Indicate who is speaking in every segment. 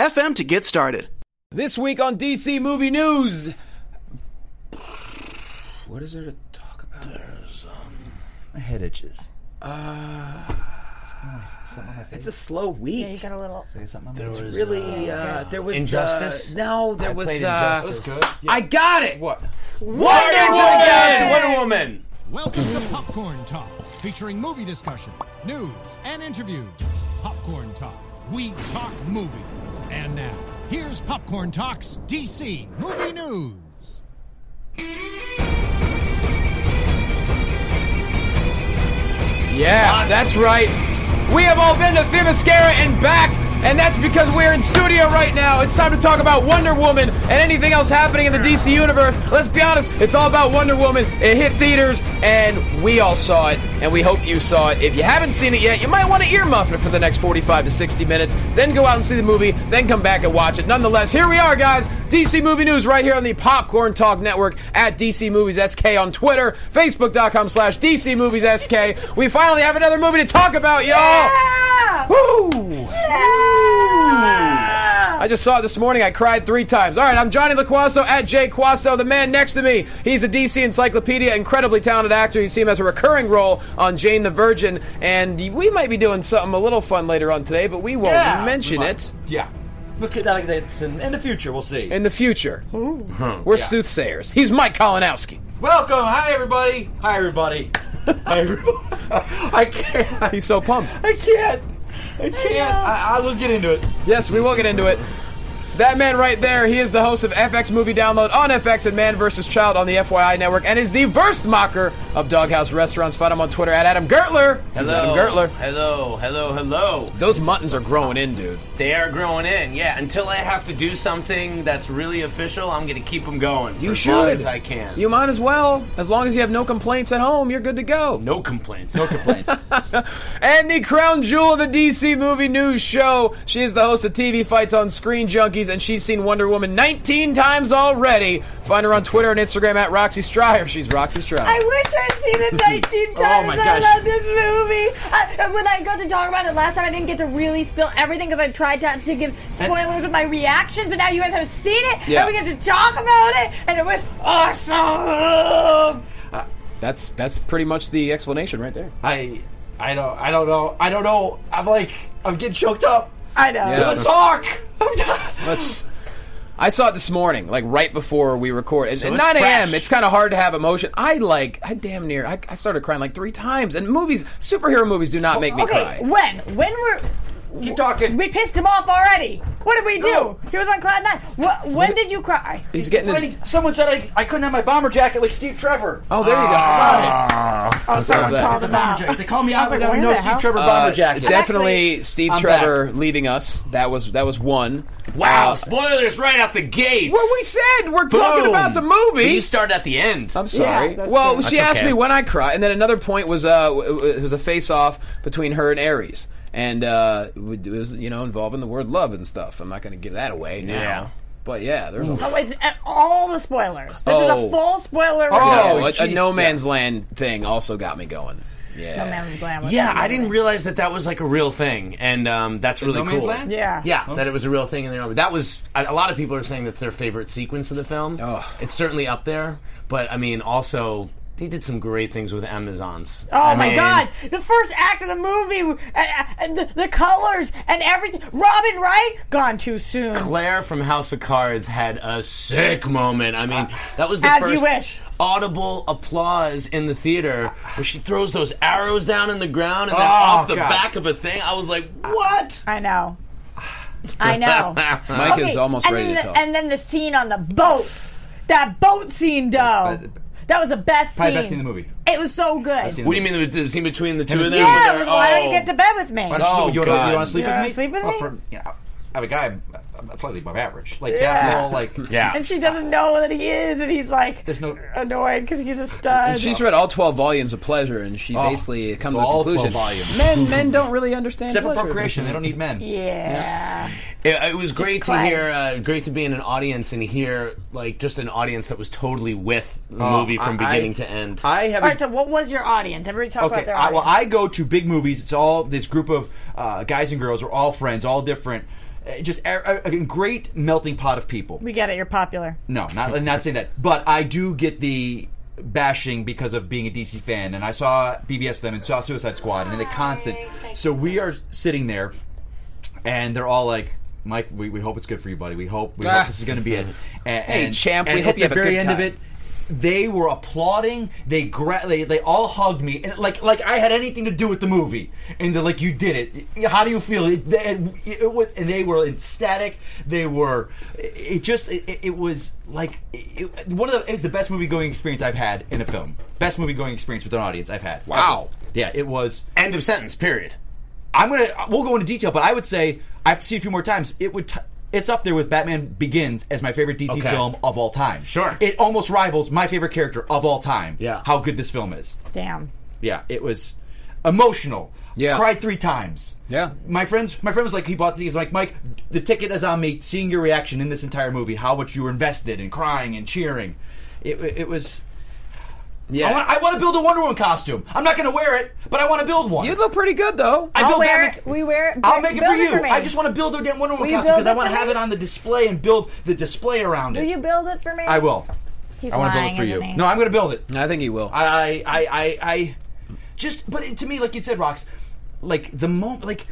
Speaker 1: to get started.
Speaker 2: This week on DC Movie News. What is there to talk about? um,
Speaker 3: My head itches.
Speaker 2: Uh, It's a slow week.
Speaker 4: Yeah, you got a little.
Speaker 3: Say something.
Speaker 2: It's really uh, there was
Speaker 3: Injustice?
Speaker 2: the- no, there was
Speaker 3: played
Speaker 2: uh,
Speaker 3: Injustice. That's
Speaker 2: I got it.
Speaker 3: What?
Speaker 2: Wonder Woman.
Speaker 3: Wonder Woman.
Speaker 5: Welcome to Popcorn Talk, featuring movie discussion, news, and interviews. Popcorn Talk, we talk movies. And now, here's Popcorn Talk's DC Movie News.
Speaker 2: Yeah, that's right. We have all been to Themyscira and back, and that's because we're in studio right now. It's time to talk about Wonder Woman and anything else happening in the DC universe. Let's be honest, it's all about Wonder Woman. It hit theaters, and we all saw it, and we hope you saw it. If you haven't seen it yet, you might want to earmuff it for the next 45 to 60 minutes, then go out and see the movie, then come back and watch it. Nonetheless, here we are, guys. DC Movie News right here on the Popcorn Talk Network at DC Movies SK on Twitter, Facebook.com slash DC Movies SK. We finally have another movie to talk about, y'all! Woo! I just saw it this morning. I cried three times. All right, I'm Johnny LaQuaso at Jay Quaso, the man next to me. He's a DC encyclopedia, incredibly talented actor. You see him as a recurring role on Jane the Virgin, and we might be doing something a little fun later on today, but we won't
Speaker 3: Yeah, we
Speaker 2: Oh, mention
Speaker 3: might.
Speaker 2: it
Speaker 3: Yeah. Look at that. That's in, in the future. We'll see.
Speaker 2: in the future. We're soothsayers. He's Mike Kolinowski.
Speaker 3: Welcome. Hi, everybody. Hi, everybody. Hi, everybody. I can't.
Speaker 2: He's so pumped.
Speaker 3: I can't. I can't.
Speaker 2: uh,
Speaker 3: I, I will get into it.
Speaker 2: Yes, we will get into it. That man right there, he is the host of FX Movie Download on FX and Man vs. Child on the FYI Network, and is the worst mocker of Doghouse Restaurants. Find him on Twitter at Adam Gertler. He's Adam Gertler.
Speaker 6: Hello, hello, hello.
Speaker 2: Those muttons are growing in, dude.
Speaker 6: They are growing in. Yeah, until I have to do something that's really official, I'm going to keep them going. for As long as I can.
Speaker 2: You might as well. As long as you have no complaints at home, you're good to go.
Speaker 6: no complaints.
Speaker 3: No complaints.
Speaker 2: And the crown jewel of the DC movie news show. She is the host of TV Fights on Screen Junkies, and she's seen Wonder Woman 19 times already. Find her on Twitter and Instagram at Roxy Stryer. She's Roxy Stryer.
Speaker 4: I wish I'd seen it 19 times.
Speaker 3: my
Speaker 4: I
Speaker 3: gosh.
Speaker 4: love this movie. I, when I got to talk about it last time, I didn't get to really spill everything because I tried not to give spoilers with my reactions. But now you guys have seen it,
Speaker 2: Yeah.
Speaker 4: and we get to talk about it, and it was awesome.
Speaker 2: That's that's pretty much the explanation right there.
Speaker 3: I. I don't. I don't know. I don't know. I'm like. I'm getting choked up.
Speaker 4: I know.
Speaker 2: Yeah.
Speaker 3: Let's talk. I'm not.
Speaker 2: Let's. I saw it this morning, like right before we record. And at
Speaker 6: it's
Speaker 2: 9 a.m.,
Speaker 6: fresh.
Speaker 2: it's kind of hard to have emotion. I like, I damn near, I, I started crying like three times. And movies, superhero movies, do not make me
Speaker 4: okay,
Speaker 2: cry.
Speaker 4: when? When were
Speaker 3: Keep talking.
Speaker 4: we pissed him off already? What did we do? He was on cloud nine. Wh- when did you cry?
Speaker 2: He's getting his.
Speaker 3: Lady, someone said I, I couldn't have my bomber jacket like Steve Trevor. Ah.
Speaker 2: Oh, there you go.
Speaker 6: Ah.
Speaker 2: Ah.
Speaker 4: Oh, someone
Speaker 2: that.
Speaker 4: called him out.
Speaker 3: They call me out
Speaker 4: like,
Speaker 3: like I
Speaker 4: where
Speaker 3: know
Speaker 4: the
Speaker 3: Steve
Speaker 4: hell?
Speaker 3: Trevor
Speaker 2: Uh,
Speaker 3: bomber jacket.
Speaker 2: definitely Steve
Speaker 3: I'm
Speaker 2: Trevor leaving us. That was that was one.
Speaker 6: wow,
Speaker 2: Uh,
Speaker 6: spoilers right out the gate.
Speaker 2: well, we said we're talking about the movie.
Speaker 6: You start at the end.
Speaker 2: I'm sorry.
Speaker 4: Yeah, that's
Speaker 2: well,
Speaker 4: good.
Speaker 2: she
Speaker 6: That's
Speaker 2: asked
Speaker 6: okay.
Speaker 2: me when I cry, and then another point was uh, w- w- it was a face-off between her and Aries, and uh, it was you know involving the word love and stuff. I'm not going to give that away now.
Speaker 6: Yeah.
Speaker 2: But yeah, there's a
Speaker 4: Oh, it's at all the spoilers. This is
Speaker 2: Oh.
Speaker 4: a full spoiler.
Speaker 3: Oh,
Speaker 2: Oh, a, a
Speaker 3: jeez,
Speaker 2: no
Speaker 3: yeah.
Speaker 2: man's land thing also got me going. Yeah.
Speaker 6: yeah, I didn't realize that that was like a real thing, and um, that's really
Speaker 3: No
Speaker 6: cool.
Speaker 3: Man's Land?
Speaker 4: Yeah.
Speaker 6: Yeah, that it was a real thing in the That was a a lot of people are saying that's their favorite sequence of the film.
Speaker 2: Oh.
Speaker 6: It's certainly up there, but I mean, also they did some great things with Amazons.
Speaker 4: Oh my God! The first act of the movie, uh, uh, and the, the colors and everything. Robin Wright gone too soon.
Speaker 6: Claire from House of Cards had a sick moment. I mean, that was the
Speaker 4: As
Speaker 6: first
Speaker 4: you wish.
Speaker 6: audible applause in the theater where she throws those arrows down in the ground and then
Speaker 3: Oh,
Speaker 6: off the
Speaker 3: God.
Speaker 6: back of a thing. I was like, what?
Speaker 4: I know. I know.
Speaker 2: Mike is almost
Speaker 4: and
Speaker 2: ready to
Speaker 4: then the,
Speaker 2: talk.
Speaker 4: And then the scene on the boat. That boat scene, though. That was the best
Speaker 3: Probably
Speaker 4: scene.
Speaker 3: best scene in the movie.
Speaker 4: It was so good.
Speaker 3: scene in
Speaker 6: What do you mean the, the scene between the two of them?
Speaker 4: Yeah.
Speaker 6: Where
Speaker 4: it was,
Speaker 6: they're-
Speaker 4: Why don't
Speaker 6: oh.
Speaker 4: you get to bed with me?
Speaker 3: Why don't you-
Speaker 6: Oh,
Speaker 3: you, don't, you don't
Speaker 6: God.
Speaker 3: wanna sleep
Speaker 4: You wanna
Speaker 3: with me?
Speaker 4: sleep with
Speaker 3: Oh,
Speaker 4: me?
Speaker 3: for- yeah. I'm a guy. I'm slightly above average. Like
Speaker 4: Yeah.
Speaker 3: that little like.
Speaker 7: Yeah.
Speaker 4: And she doesn't know that he is, and he's like
Speaker 3: There's no-
Speaker 4: annoyed because he's a stud.
Speaker 2: And she's read all 12 volumes of Pleasure, and she
Speaker 6: Oh,
Speaker 2: basically comes to the
Speaker 3: all 12
Speaker 2: conclusion.
Speaker 3: volumes.
Speaker 2: Men, men don't really understand
Speaker 3: Except for
Speaker 2: pleasure.
Speaker 3: procreation, they don't need men.
Speaker 4: yeah.
Speaker 6: It, it was great to
Speaker 4: clay.
Speaker 6: hear, uh, great to be in an audience and hear like just an audience that was totally with the
Speaker 3: Oh,
Speaker 6: movie from
Speaker 3: I- I-
Speaker 6: beginning to end.
Speaker 3: I have.
Speaker 4: All
Speaker 3: a
Speaker 4: right. So, what was your audience? Everybody talk about
Speaker 3: Okay,
Speaker 4: their
Speaker 3: I, well,
Speaker 4: audience.
Speaker 3: I go to big movies. It's all this group of uh, guys and girls. We're all friends, all different. Uh, Just a, a- a great melting pot of people.
Speaker 4: we get it. You're popular.
Speaker 3: No, not I'm not saying that. But I do get the bashing because of being a DC fan, and I saw BBS with them and saw Suicide Squad, and the constant. So we are sitting there, and they're all like. Mike, we, we hope it's good for you, buddy. We hope we
Speaker 2: Ah.
Speaker 3: hope this is going to be it. And,
Speaker 2: Hey,
Speaker 3: and-
Speaker 2: champ,
Speaker 3: and
Speaker 2: we hope
Speaker 3: at
Speaker 2: you have
Speaker 3: the
Speaker 2: a
Speaker 3: very
Speaker 2: good
Speaker 3: end of
Speaker 2: time.
Speaker 3: it. They were applauding. They gra- they they all hugged me, and like like I had anything to do with the movie. And they're like, "You did it. How do you feel?" It, and, it was, and they were ecstatic. They were. It just it, it- it was like it, one of the it was the best movie going experience I've had in a film. Best movie going experience with an audience I've had.
Speaker 6: Wow.
Speaker 3: Yeah, it was.
Speaker 6: end of sentence. Period.
Speaker 3: I'm gonna we'll go into detail, but I would say I have to see it a few more times. It would. T- it's up there with Batman Begins as my favorite DC
Speaker 6: Okay.
Speaker 3: film of all time.
Speaker 6: Sure.
Speaker 3: it almost rivals my favorite character of all time.
Speaker 6: Yeah.
Speaker 3: how good this film is.
Speaker 4: Damn.
Speaker 3: Yeah, it was emotional.
Speaker 2: Yeah.
Speaker 3: cried three times.
Speaker 2: Yeah.
Speaker 3: my friends, my friend was like, he bought the tickets. Like, Mike, the ticket is on me. Seeing your reaction in this entire movie, how much you were invested and crying and cheering, it, it was. I
Speaker 2: Yeah.
Speaker 3: want, I want to build a Wonder Woman costume. I'm not going to wear it, but I want to build one.
Speaker 2: you look pretty good, though.
Speaker 3: I
Speaker 4: I'll
Speaker 3: build
Speaker 4: wear
Speaker 3: Batman-
Speaker 4: it. We wear it.
Speaker 3: I'll make it for
Speaker 4: Build
Speaker 3: you.
Speaker 4: me.
Speaker 3: I just want to build a damn Wonder Woman
Speaker 4: Will you
Speaker 3: costume because
Speaker 4: build
Speaker 3: I
Speaker 4: it
Speaker 3: want
Speaker 4: for
Speaker 3: to have
Speaker 4: me?
Speaker 3: it on the display and build the display around
Speaker 4: Will
Speaker 3: it.
Speaker 4: you build it for me?
Speaker 3: I will.
Speaker 4: He's
Speaker 3: I want to build
Speaker 4: lying,
Speaker 3: it for you.
Speaker 4: isn't he?
Speaker 3: No, I'm going to build it.
Speaker 2: I think he will.
Speaker 3: I, I, I, I just. But it, to me, like you said, rocks. Like the moment, like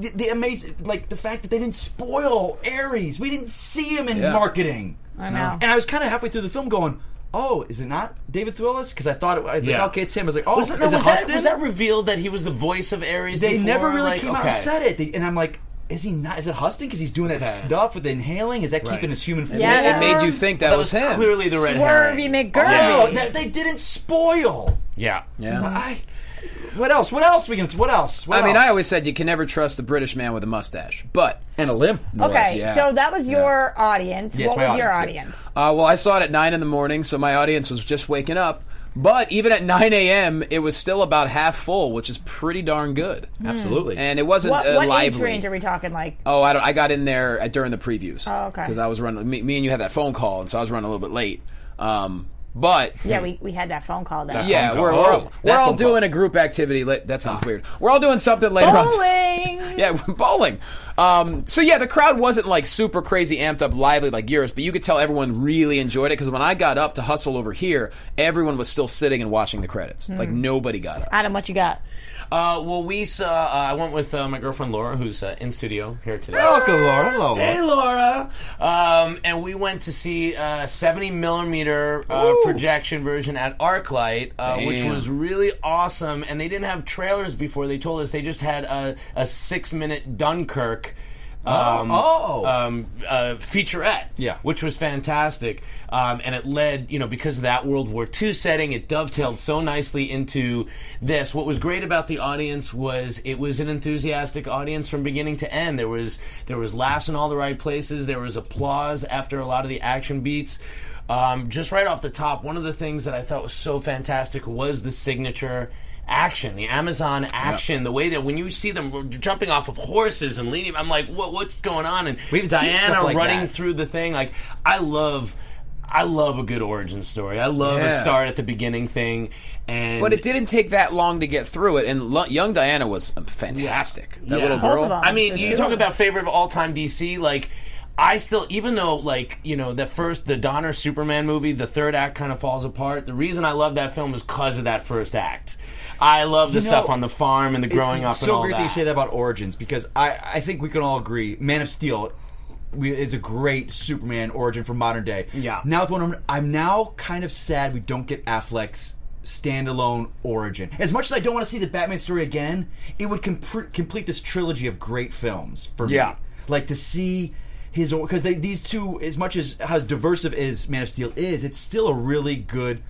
Speaker 3: the, the amazing, like the fact that they didn't spoil Ares. We didn't see him in
Speaker 2: Yeah.
Speaker 3: marketing.
Speaker 4: I know.
Speaker 3: And I was kind of halfway through the film going, "Oh, is it not David Thewlis?" Because I thought it was. I was
Speaker 6: Yeah.
Speaker 3: like, "Okay, it's him." I was like, "Oh, is
Speaker 6: Was, that,
Speaker 3: it
Speaker 6: was, that,
Speaker 3: Huston?"
Speaker 6: was that revealed that he was the voice of Ares?
Speaker 3: They
Speaker 6: before?
Speaker 3: never really
Speaker 6: Like,
Speaker 3: came out and
Speaker 6: okay.
Speaker 3: said it. They, and I'm like, is he not? Is it Huston? Because he's doing that stuff with the inhaling. Is that keeping
Speaker 6: Right.
Speaker 3: his human form?
Speaker 4: Yeah,
Speaker 2: it made you think that,
Speaker 6: That
Speaker 2: was
Speaker 6: was
Speaker 2: him.
Speaker 6: clearly the red
Speaker 4: Swervy
Speaker 6: herring.
Speaker 3: No,
Speaker 4: McGurley.
Speaker 3: that, they didn't spoil.
Speaker 6: Yeah.
Speaker 2: Yeah.
Speaker 3: I. What else? What else? We can. What else? What
Speaker 2: I mean,
Speaker 3: else?
Speaker 2: I always said you can never trust the British man with a mustache, but uh,
Speaker 3: and a limp.
Speaker 4: Okay,
Speaker 2: Yeah.
Speaker 4: so that was your audience.
Speaker 3: Yes,
Speaker 4: what
Speaker 3: my
Speaker 4: was your
Speaker 3: audience,
Speaker 4: audience?
Speaker 2: Uh, well, I saw it at 9 in the morning, so my audience was just waking up. But even at 9 a.m., it was still about half full, which is pretty darn good.
Speaker 4: Hmm.
Speaker 3: Absolutely.
Speaker 2: And it wasn't
Speaker 4: What,
Speaker 2: uh,
Speaker 4: what age
Speaker 2: lively.
Speaker 4: range are we talking? Like,
Speaker 2: Oh, I, don't, I got in there at, during the previews.
Speaker 4: Oh, okay.
Speaker 2: Because I was running. Me, me and you had that phone call, and so I was running a little bit late. Um, but
Speaker 4: yeah, we, we had that phone call then.
Speaker 2: yeah,
Speaker 3: phone
Speaker 2: we're,
Speaker 3: call.
Speaker 2: we're,
Speaker 3: Oh,
Speaker 2: all,
Speaker 3: that
Speaker 2: we're all
Speaker 3: phone call.
Speaker 2: doing a group activity. la- That sounds weird. We're all doing something later
Speaker 4: Oh,
Speaker 2: on.
Speaker 4: Bowling.
Speaker 2: Yeah, bowling. Um, so yeah, the crowd wasn't like super crazy amped up, lively like yours, but you could tell everyone really enjoyed it because when I got up to hustle over here, everyone was still sitting and watching the credits. Like nobody got up.
Speaker 4: Adam, what you got?
Speaker 6: Uh, well, we saw. Uh, I went with uh, my girlfriend Laura, who's uh, in studio here today.
Speaker 3: Welcome, Laura. Hello.
Speaker 6: Hey, Laura. Um, and we went to see a 70 millimeter uh, projection version at ArcLight, uh, which
Speaker 2: Damn.
Speaker 6: was really awesome. And they didn't have trailers before. They told us they just had a, a six minute Dunkirk. Um,
Speaker 3: oh.
Speaker 6: um, uh, featurette,
Speaker 3: Yeah.
Speaker 6: which was fantastic, um, and it led, you know, because of that World War II setting, it dovetailed so nicely into this. What was great about the audience was it was an enthusiastic audience from beginning to end. There was there was laughs in all the right places. There was applause after a lot of the action beats. Um, just right off the top, one of the things that I thought was so fantastic was the signature action, the Amazon action, the way that when you see them r- jumping off of horses and leaning, I'm like, what, what's going on? And
Speaker 3: We haven't seen
Speaker 6: Diana
Speaker 3: stuff like
Speaker 6: running
Speaker 3: that.
Speaker 6: through the thing, like I love. I love a good origin story. I love a
Speaker 2: Yeah.
Speaker 6: start at the beginning thing, and
Speaker 2: But it didn't take that long to get through it, and lo- young Diana was um, fantastic. That
Speaker 6: Yeah.
Speaker 2: little
Speaker 6: Both
Speaker 4: of
Speaker 2: girl.
Speaker 4: them.
Speaker 6: I mean,
Speaker 4: It's
Speaker 6: you
Speaker 4: a-
Speaker 6: talk about favorite of all time DC. Like, I still, even though, like, you know, the first, the Donner Superman movie, the third act kind of falls apart. The reason I love that film is because of that first act. I love the
Speaker 3: You know,
Speaker 6: stuff on the farm and the growing up
Speaker 3: It's
Speaker 6: and
Speaker 3: so
Speaker 6: all
Speaker 3: great
Speaker 6: that.
Speaker 3: that you say that about origins because I, I think we can all agree Man of Steel we, is a great Superman origin for modern day.
Speaker 6: Yeah.
Speaker 3: Now with Wonder Woman, I'm now kind of sad we don't get Affleck's standalone origin. As much as I don't want to see the Batman story again, it would compre- complete this trilogy of great films for
Speaker 6: Yeah.
Speaker 3: me. Like to see his because these two, as much as how as diverse of as Man of Steel is, it's still a really good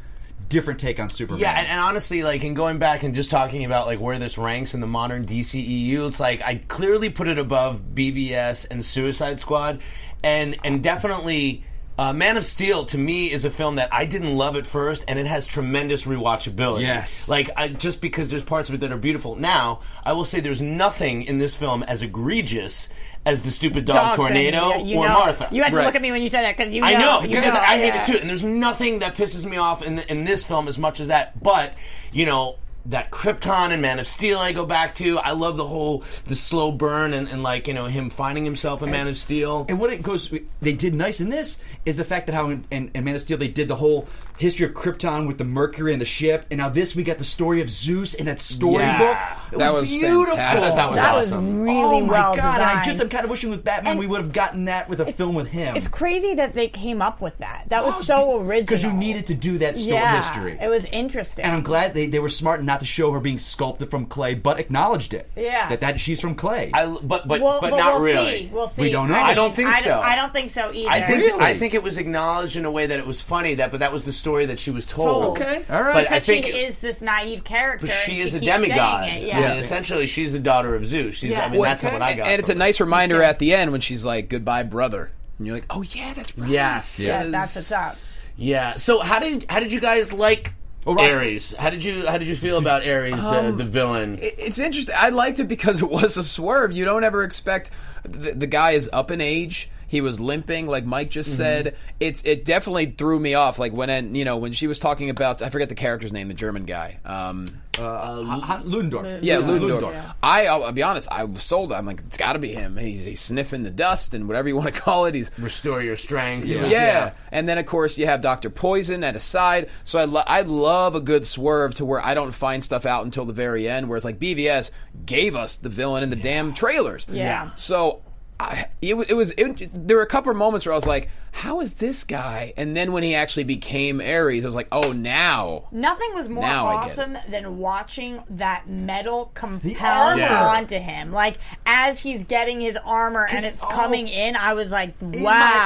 Speaker 3: different take on Superman.
Speaker 6: Yeah, and, and honestly, like in going back and just talking about like where this ranks in the modern DCEU, it's like I clearly put it above BVS and Suicide Squad, and and definitely. Uh, Man of Steel to me is a film that I didn't love at first, and it has tremendous rewatchability.
Speaker 3: Yes.
Speaker 6: like I, just because there's parts of it that are beautiful. Now, I will say there's nothing in this film as egregious as the stupid dog,
Speaker 4: Dog thing,
Speaker 6: tornado
Speaker 4: yeah, you
Speaker 6: or
Speaker 4: know.
Speaker 6: Martha.
Speaker 4: You had to
Speaker 2: Right.
Speaker 4: look at me when you said that because you. Know,
Speaker 6: I know
Speaker 4: you
Speaker 6: because
Speaker 4: know,
Speaker 6: I hate
Speaker 4: yeah.
Speaker 6: it too, and there's nothing that pisses me off in in this film as much as that. But you know that Krypton and Man of Steel, I go back to. I love the whole the slow burn and, and like you know him finding himself in Man of Steel.
Speaker 3: And what it goes, they did nice in this is the fact that how in, in, in Man of Steel they did the whole history of Krypton with the Mercury and the ship, and now this we got the story of Zeus and that storybook.
Speaker 6: Yeah.
Speaker 3: It
Speaker 2: That was
Speaker 3: beautiful.
Speaker 2: fantastic. That was
Speaker 4: That was
Speaker 6: awesome.
Speaker 4: really
Speaker 3: oh my
Speaker 4: well
Speaker 3: god!
Speaker 4: designed.
Speaker 3: I just I'm kind of wishing with Batman we would have gotten that with a film with him.
Speaker 4: It's crazy that they came up with that. That was so original.
Speaker 3: because you needed to do that story
Speaker 4: yeah,
Speaker 3: history.
Speaker 4: It was interesting.
Speaker 3: and I'm glad they, they were smart not to show her being sculpted from clay, but acknowledged it.
Speaker 4: Yes.
Speaker 3: that that she's from clay.
Speaker 6: I l but but
Speaker 4: Well,
Speaker 6: but
Speaker 4: well,
Speaker 6: not
Speaker 4: we'll
Speaker 6: really.
Speaker 4: See. We'll see.
Speaker 3: We don't know. I
Speaker 6: don't think
Speaker 4: I
Speaker 6: so.
Speaker 4: I don't think so either.
Speaker 6: I think
Speaker 3: Really?
Speaker 6: I think it was acknowledged in a way that it was funny that, but that was the story that she was told.
Speaker 4: Told. Okay.
Speaker 3: All right.
Speaker 6: But I
Speaker 4: because
Speaker 6: think
Speaker 4: she
Speaker 6: it-
Speaker 4: is this naive character.
Speaker 6: but she
Speaker 4: and
Speaker 6: is a
Speaker 4: keeps saying
Speaker 6: demigod.
Speaker 4: it,
Speaker 6: I
Speaker 4: Yeah.
Speaker 6: mean, essentially, she's the daughter of Zeus. She's, I
Speaker 4: Yeah.
Speaker 6: mean,
Speaker 4: Well,
Speaker 6: that's what I got.
Speaker 2: And it's a
Speaker 6: from it.
Speaker 2: nice reminder at the end when she's like, "Goodbye, brother," and you're like, "Oh yeah, that's right."
Speaker 6: Yes.
Speaker 4: Yeah, that's what's up.
Speaker 6: Yeah. So how did how did you guys like
Speaker 3: right.
Speaker 6: Ares? How did you how did you feel about Ares, the, the villain?
Speaker 2: It- It's interesting. I liked it because it was a swerve. You don't ever expect the, the guy is up in age. He was limping, like Mike just said. It's it definitely threw me off. Like when you know when she was talking about I forget the character's name, the German guy. Um,
Speaker 3: uh, Ludendorff.
Speaker 2: yeah, Ludendorff. I I'll, I'll be honest. I was sold. I'm like, it's got to be him. He's, he's sniffing the dust and whatever you want to call it. He's
Speaker 6: Restore your strength. Yeah.
Speaker 2: yeah. And then of course you have Doctor Poison at his side. So I lo- I love a good swerve to where I don't find stuff out until the very end. Whereas like BVS gave us the villain in the damn trailers.
Speaker 4: Yeah.
Speaker 2: So. I, it, wa- it was it, there were a couple of moments where I was like, "How is this guy?" And then when he actually became Ares, I was like, "Oh, now
Speaker 4: Nothing was more
Speaker 2: Now I get it.
Speaker 4: awesome than watching that metal compound
Speaker 6: armor.
Speaker 4: onto him. Like as he's getting his armor and it's
Speaker 3: oh.
Speaker 4: coming in, I was like,
Speaker 3: In my-